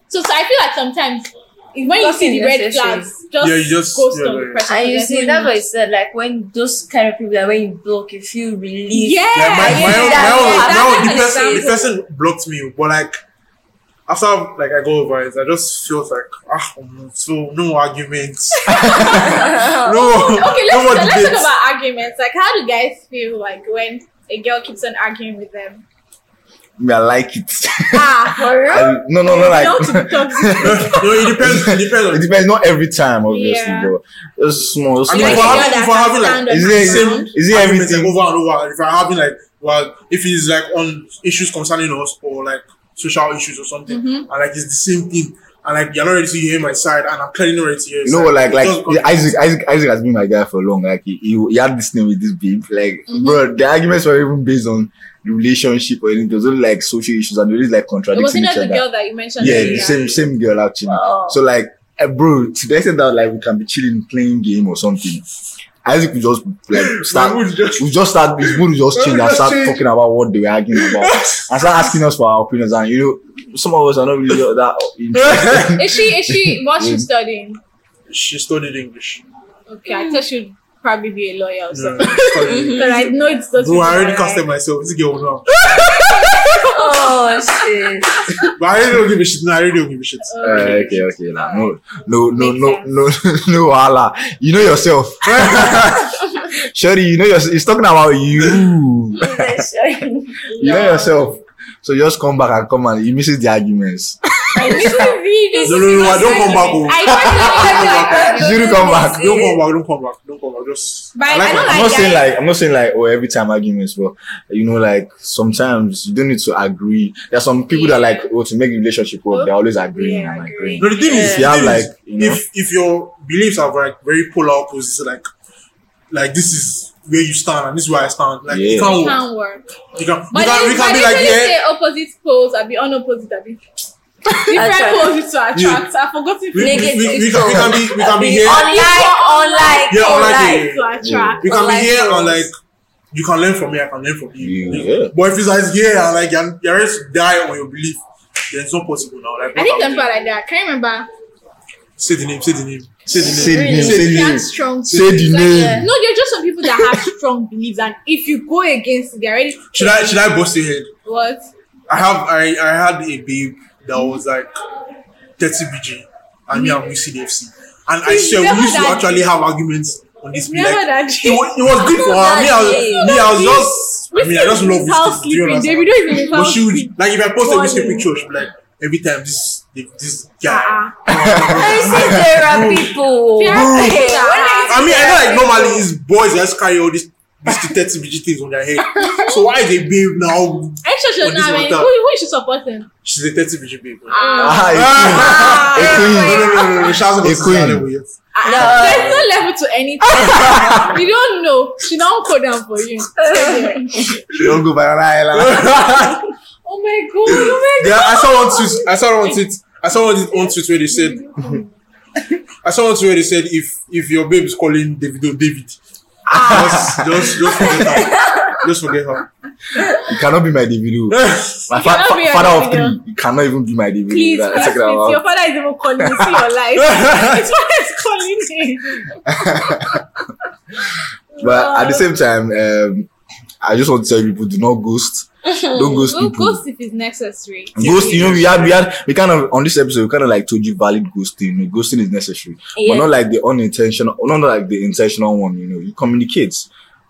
S3: So, so I feel like sometimes when you
S4: Nothing
S3: see the red
S4: necessary.
S3: flags, just,
S2: Yeah, you just-
S3: ghost
S2: yeah,
S3: on
S2: yeah.
S3: the person.
S4: And you
S3: There's
S4: see,
S3: no
S4: that's
S3: need.
S4: what I said. Like when those kind of people, like when you block, you feel relief.
S3: Yeah,
S2: Yeah, my,
S4: Yeah,
S2: my own, my
S4: yeah,
S2: own,
S4: yeah,
S2: my own, the
S4: that's
S2: person, the
S4: example.
S2: person blocked me, but like after like I go over it, I just feel like ah, um, so no arguments, no,
S3: Okay,
S2: no
S3: let's,
S2: more
S3: let's talk
S2: debates.
S3: about arguments. Like, how do guys feel like when a girl keeps on arguing with them?
S1: Me, I like it.
S3: Ah,
S4: For real?
S1: I, no, no, no, like.
S3: no to be toxic.
S2: no, it depends. It depends.
S1: it
S2: On,
S1: depends. Not every time, obviously,
S3: Yeah.
S1: but it's small.
S2: I
S1: small.
S2: mean,
S3: Like
S2: if
S3: a
S2: I
S3: girl
S2: having-
S3: that
S2: if I having,
S3: can
S2: like,
S3: stand
S1: is
S3: on
S1: it
S3: her own.
S1: same? Is it
S2: arguments, like,
S1: everything?
S2: over and over? If I'm having like, well, if it's like on issues concerning us or like social issues or something,
S3: Mm-hmm.
S1: Mm-hmm.
S2: and like it's the same thing, and like you're not ready to hear my side, and I'm clearly not ready to hear. your
S1: You know,
S2: side,
S1: what, like,
S2: it
S1: like
S2: just becomes-
S1: Isaac, Isaac, Isaac has been my guy for long. Like, he, he, he had this thing with this babe. Like,
S3: Mm-hmm.
S1: bro, the arguments were even based on the relationship or anything. It was only like social issues and really like
S3: It was
S1: contradicting
S3: not
S1: each
S3: the
S1: other.
S3: girl that Oh. you mentioned.
S1: yeah,
S3: earlier.
S1: the same same girl actually.
S4: Wow.
S1: So like, eh, bro, to the extent that like we can be chilling, playing game or something. Isaac would just like
S2: My
S1: start.
S2: mood just-
S1: We just start. His mood would just
S2: My
S1: change
S2: mood
S1: and
S2: just
S1: start
S2: change.
S1: talking about what they were arguing about and start asking us for our opinions. And you know, some of us are not really that interested.
S3: Is she? Is she? What's she studying?
S2: she studied English.
S3: Okay, I thought she probably be a lawyer or
S2: Yeah.
S1: Mm.
S3: something. Because I know it's those
S2: Bro, I
S3: people
S2: already
S3: that are
S2: casted myself. This girl now.
S4: Oh shit.
S2: But I really don't give a shit. No, I really don't give a shit.
S3: like,
S1: Uh,
S3: okay.
S1: okay, okay, nah, no, no, no,
S3: Makes
S1: no,
S3: sense.
S1: no, no, Allah. You know yourself. Sherry, you know yourself. He's talking about you. You know yourself. So just come back and come and he misses the arguments.
S3: I really, really
S2: No, no, no, I don't come back oh. home.
S3: I
S1: Ah,
S3: don't
S1: You do come back.
S2: Don't come back. Don't come back. Don't come back. Just.
S3: But I
S2: like
S3: don't
S2: my-
S1: I'm not
S3: Like,
S1: saying
S3: I-
S1: like I'm not saying like oh every time arguments, but you know like sometimes you don't need to agree. There are some people that like oh to make relationship work, they're always agreeing
S3: Yeah,
S1: and
S3: agree.
S1: agreeing.
S2: No, the thing is,
S1: If you
S2: the
S1: have
S2: thing
S1: like
S2: is,
S1: you know,
S2: if if your beliefs are like very polar opposites, like like this is where you stand and this is where I stand. Like you
S1: Yeah.
S2: can't
S3: It
S2: work.
S3: can work.
S2: Oh. You can you can,
S3: But then
S2: you
S3: but
S2: can
S3: they
S2: be like
S3: really
S2: yeah.
S3: say opposite poles, I'll be on opposite, I'll be different
S4: Attract.
S3: poles to attract. I've forgotten
S2: We, we,
S4: Negative.
S2: we, we can, we can be we can be here.
S4: Online, online,
S2: Yeah, online,
S4: online.
S3: to attract.
S2: We can be
S4: Online
S2: here
S4: shows.
S2: and like you can learn from me. I can learn from you.
S1: Yeah.
S2: But if it's like here and like you're, you're ready to die on your belief, then it's not possible now. Like what
S3: I think
S2: are
S3: them
S2: we
S3: people are
S2: doing?
S3: like that. I can't remember.
S2: say the name, say the name, say the name.
S1: Say the
S3: Really,
S1: name, say the
S3: they
S1: name,
S3: are strong.
S1: say
S3: people.
S1: the
S3: Like,
S1: name.
S3: No, they're just some people that have strong beliefs, and if you go against it, they're already.
S2: Should I should I bust your head?
S3: What?
S2: I have I, I had a babe that was like 30 BG and me I'm UCDFC. And I
S3: It's
S2: swear we
S3: never
S2: used to
S3: that
S2: actually have arguments on this.
S3: It's
S2: be
S3: never
S2: Like,
S3: that
S2: it,
S3: deep.
S2: was, it was good for her. Me, I was, me, I was just I mean I just love
S3: Whiskey house
S2: Whiskey. do you
S3: sleeping.
S2: understand?
S3: David don't even live
S2: But
S3: house
S2: she
S3: sleeping.
S2: would like if I post a Whiskey
S3: Funny.
S2: picture, she'd be like, every time this this guy. Oh,
S3: Uh-uh.
S1: Ah,
S4: I see there are people.
S3: There are
S4: Hey,
S3: people.
S4: when I
S3: ah.
S2: I mean, I know like normally it's boys that just carry all these biscuit 30 BG things on their head. So why is a babe now
S3: I'm sure she'll
S2: On this
S3: know. I mean,
S2: matter.
S3: who, who you should support them?
S2: she's a 30 BG babe?
S3: Ah.
S1: Ah,
S4: Ah,
S1: a queen,
S2: No,
S1: a
S2: no,
S1: queen.
S2: no, no, no, no. She hasn't
S1: A
S2: got to
S1: queen.
S2: that level yet.
S3: Ah,
S4: No.
S3: There's no level to anything. you don't know. She don't code down for you.
S1: Don't go by Island.
S3: oh my god! Oh my
S2: Yeah, I saw one tweet. I saw one tweet. I saw one tweet, one tweet where they said, I saw one tweet where they said, if if your babe is calling Davido David,
S3: Ah.
S2: just just just forget her. Just forget her.
S1: You cannot be my DVD. My fa-
S3: cannot
S1: fa-
S3: be my
S1: father of
S3: video.
S1: three you cannot even be my DVD.
S3: Please, please, please. Your father is even calling you. See your life. His father is calling him.
S1: But at the same time, um, I just want to tell people: do not ghost. Don't ghost
S3: Go
S1: people.
S3: ghost if it's necessary.
S1: Ghost, you know, we had, we had, we kind of on this episode, we kind of like told you valid ghosting. You know, ghosting is necessary, but not like the unintentional, not like the intentional one. You know, you communicate,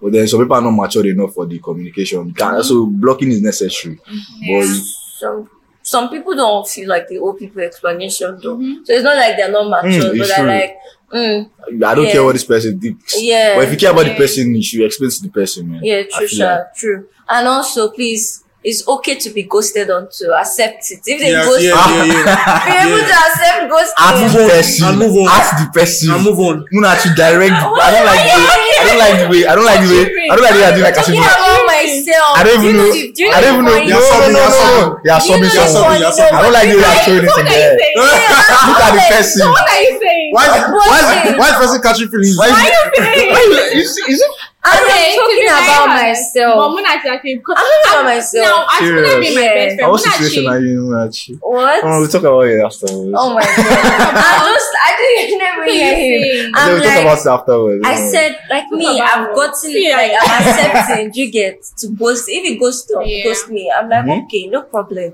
S1: but then some people are not matured enough for the communication. You
S4: Mm-hmm.
S1: can't- So blocking is necessary, but you-
S4: some some people don't feel like they owe people explanation though.
S2: Mm-hmm.
S4: So it's not like they're not mature,
S1: Mm,
S4: but
S1: it's
S4: they're
S1: true.
S4: like, mm,
S1: I don't
S4: Yeah.
S1: care what this person did.
S4: yeah,
S1: But if you care about
S3: Yeah.
S1: the person, you should explain to the person, man.
S4: yeah,
S1: I
S4: true,
S1: feel like-
S4: sure, true. And also, please, it's okay to be ghosted on to accept it. If they
S2: Yeah,
S4: ghost,
S2: yeah, yeah, yeah.
S4: be able
S2: yeah.
S4: to accept ghosting.
S1: Ask
S2: Move
S1: the
S2: on.
S1: person.
S2: And move on.
S1: Ask the person.
S2: Now move on.
S1: Muna to direct. I don't like the way. I don't like the way. I don't like the way. I don't like the way I do like
S4: Talking
S1: Casimiro.
S4: about myself.
S1: I don't
S4: Do you
S1: even know.
S4: the- do you
S1: I don't even know.
S4: the
S1: No,
S4: point?
S1: no, no, no, no. Yeah,
S4: Do you know
S1: something,
S4: the
S1: something.
S4: point
S2: You're
S4: though?
S2: subbing.
S1: I don't like the way I'm
S3: What are
S1: throwing
S3: you-
S1: this in
S3: what are you
S1: there.
S3: saying?
S1: Look at the person.
S3: What are you saying?
S2: Why is why is, why is person catching feelings?
S1: Why is-
S3: Why are you saying?
S1: why you- you see- you see-
S4: I'm
S3: Okay, to be
S4: talking
S3: very
S4: about
S3: honest, But
S4: myself.
S3: when I actually, because
S4: I'm talking about myself.
S3: Now, I should not be my
S4: Serious.
S3: best friend.
S1: Now, What
S3: Munachi-
S1: situation are you in, Munachi?
S4: What?
S1: Oh, we'll talk about it afterwards.
S4: Oh my god! I just I didn't never hear him.
S3: Please.
S1: Then
S4: I'm
S1: we'll talk
S4: like,
S1: about it afterwards.
S4: I said like me,
S3: Talk about
S4: I've
S3: it.
S4: gotten
S3: Yeah.
S4: like I'm accepting. You get to ghost if it ghost to
S3: Yeah.
S4: ghost me. I'm like
S1: Mhm.
S4: okay, no problem.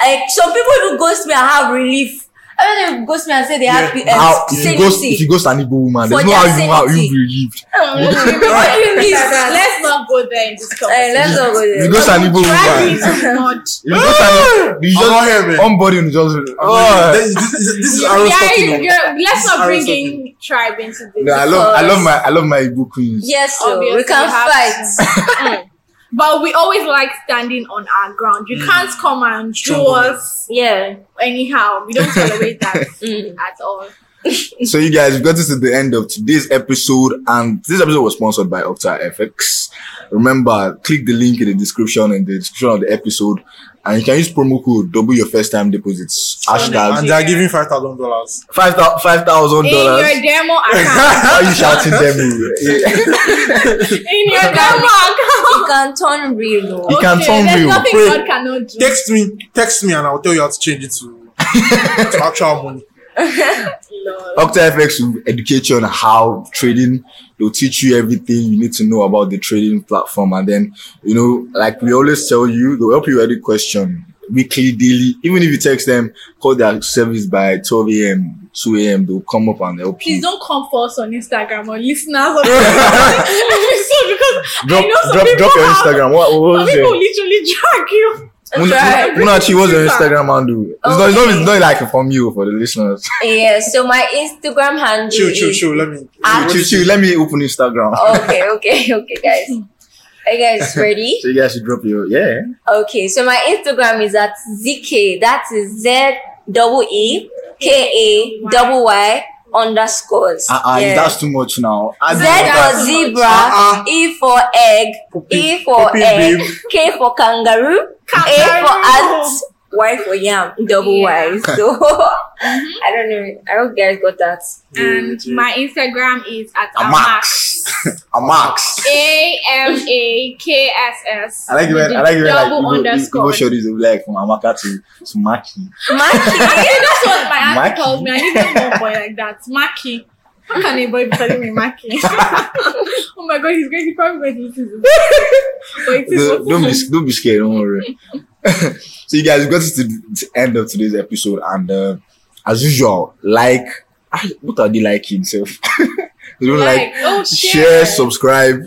S4: Like some people who ghost me, I have relief. I don't know, ghost me and say they
S2: Yeah.
S4: have uh,
S1: How, if you
S4: sanity.
S1: ghost, if you ghost an Igbo woman,
S4: For
S1: there's no how
S4: their
S1: you how you
S4: sanity.
S1: believed.
S4: what do you mean?
S3: Let's not go there in this
S4: Eh,
S3: conversation.
S4: let's not go
S1: If
S4: there.
S1: you ghost an Igbo
S3: Drag
S1: woman,
S3: me to mud.
S1: You just have you
S2: I'm
S1: just
S2: not here, man.
S1: on body and just
S2: Oh,
S1: oh.
S2: this, this, this this is
S3: Yeah,
S2: Aaron's
S3: yeah,
S2: talking.
S3: yeah,
S2: now.
S3: yeah, let's
S2: This
S3: not
S2: is
S3: bring
S2: Aristotle.
S3: in tribe into this.
S1: No, I love I love my I love my Igbo queens.
S4: Yes, so we
S3: Obviously,
S4: can
S3: we have
S4: fight.
S3: Mm. But we always like standing on our ground.
S1: Mm.
S3: You can't come and
S2: Strong
S3: do us
S4: Yeah.
S3: anyhow. We don't tolerate that
S4: Mm.
S3: at all.
S1: So you guys, we've got to the end of today's episode, and this episode was sponsored by Octa FX. Remember, click the link in the description in the description of the episode, and you can use promo code double your first time deposits hashtag
S2: oh. And they are giving five thousand dollars.
S1: five thou- five thousand
S3: In
S1: dollars.
S3: your demo account.
S1: Are you shouting them? Yeah.
S3: In your demo account.
S4: You can turn real.
S1: You can turn
S3: there's
S1: real.
S3: nothing
S2: Pray.
S3: God cannot do.
S2: Text me, text me, and I'll tell you how to change it to, to actual money.
S3: Lord.
S1: OctaFX will educate you on how trading. They'll teach you everything you need to know about the trading platform, and then you know, like we always tell you, they'll help you with any question weekly, daily. Even if you text them, call their service by 12 a.m., 2 a.m. They'll come up and help
S3: Please
S1: you.
S3: don't come for us on Instagram or listeners. Or so because
S1: Drop,
S3: I know some
S1: drop,
S3: people
S1: drop your
S3: have-
S1: Instagram. What, what
S3: some
S1: was
S3: people
S1: it?
S3: literally drag you.
S4: Right.
S1: Munachi, what's your Instagram handle? It's not, it's not, it's not like from you for the listeners.
S4: Yeah, so my Instagram handle
S2: Chill, chill,
S4: is-
S2: chill. Let me.
S4: Ah.
S2: what
S1: Chill,
S2: is it?
S1: chill, let me open Instagram.
S4: Okay, okay, okay, guys. Are you guys ready?
S1: So you guys should drop your yeah.
S4: Okay, so my Instagram is at ZK. That is Z double E K A double Y underscores.
S1: Uh, uh,
S4: Yeah.
S1: That's too much now. I
S4: Z
S1: don't know that.
S4: for zebra,
S2: Uh-uh.
S4: E for egg, E for
S2: Puppy
S4: egg,
S2: babe.
S4: K for kangaroo, A for ant,
S3: Kangaroo.
S4: Y for yam, double
S3: Yeah.
S4: Y. So I don't know. I hope you guys got that.
S3: And
S2: Yeah,
S3: my Instagram is at
S1: A max. A max.
S3: A M A K S S.
S1: I like it when I like it when like
S3: Double
S1: Igbo- Igbo
S3: underscore.
S1: shorties will be like from Amaka to to Maki.
S4: Maki.
S3: Actually, that's what my
S1: Maki.
S3: aunt calls me. I need a boy like that. Maki. How can a boy be calling me Maki? oh my god, he's going to probably going to listen to this. But it is
S1: Don't,
S3: what-
S1: don't be don't be scared. Don't worry. so you guys we got to the the end of today's episode, and uh, as usual, like ah, what are they liking self? they don't like,
S3: oh,
S1: share, subscribe,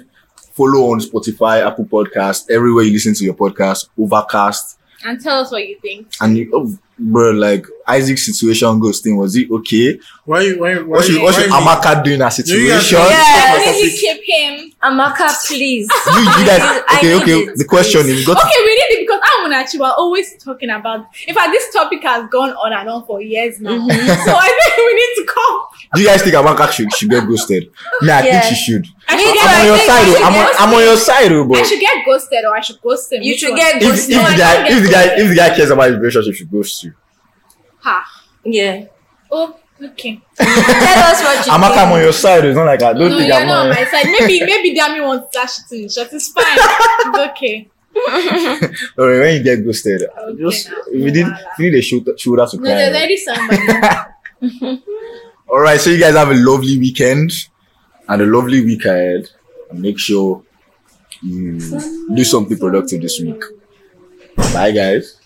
S1: follow on Spotify, Apple Podcast, everywhere you listen to your podcast, Overcast.
S3: And tell us what you think.
S1: And you, oh, bro, like Isaac's situation goes thing, was it okay?
S2: Why you? Why? Why?
S1: What's, you,
S2: you-
S1: what's
S2: why
S1: your
S2: me?
S1: Amaka doing in that
S2: You guys-
S1: situation?
S4: Yeah.
S3: Please keep him.
S4: Amaka, please.
S1: You, you guys,
S4: I
S1: okay,
S4: need
S1: okay.
S4: it,
S1: The question
S4: please.
S1: is, got
S3: Okay, we need it because I'm Munachi. We're always talking about. In fact, this topic has gone on and on for years now.
S1: Mm-hmm.
S3: so I think we need to come.
S1: do you guys think Amaka should, should get ghosted? Me, I
S4: Yeah.
S1: think she should.
S3: I
S4: Me
S3: should
S4: too,
S3: get-
S1: I'm on your
S4: think
S1: side,
S4: she
S1: though. I'm on,
S4: gets-
S1: I'm on your side, though,
S3: I
S1: but
S3: should get ghosted or I should ghost him.
S4: You
S3: Which
S4: should
S3: one?
S4: get
S1: if, if,
S4: ghosted.
S1: the
S3: No, I
S1: guy,
S3: don't
S1: if the
S3: get
S1: guy, if the guy cares about his relationship, she ghost you.
S3: Ha.
S4: Yeah.
S3: Oh, okay.
S4: Tell us what you
S1: Amaka,
S4: think.
S1: I'm on your side. though. It's not like I don't
S3: no,
S1: think
S3: you're
S1: I'm
S3: not
S1: on.
S3: on my side. Maybe maybe Dami wants that shit in shot. It's fine. it's okay.
S1: All right, Oh, when you get ghosted,
S3: Okay,
S1: just
S3: now.
S1: if you need, if you need a shoulder, shoulder to
S3: No,
S1: cry.
S3: there's
S1: on.
S3: already somebody.
S1: All right, so you guys have a lovely weekend and a lovely week ahead. And make sure you do something productive this week. Bye, guys.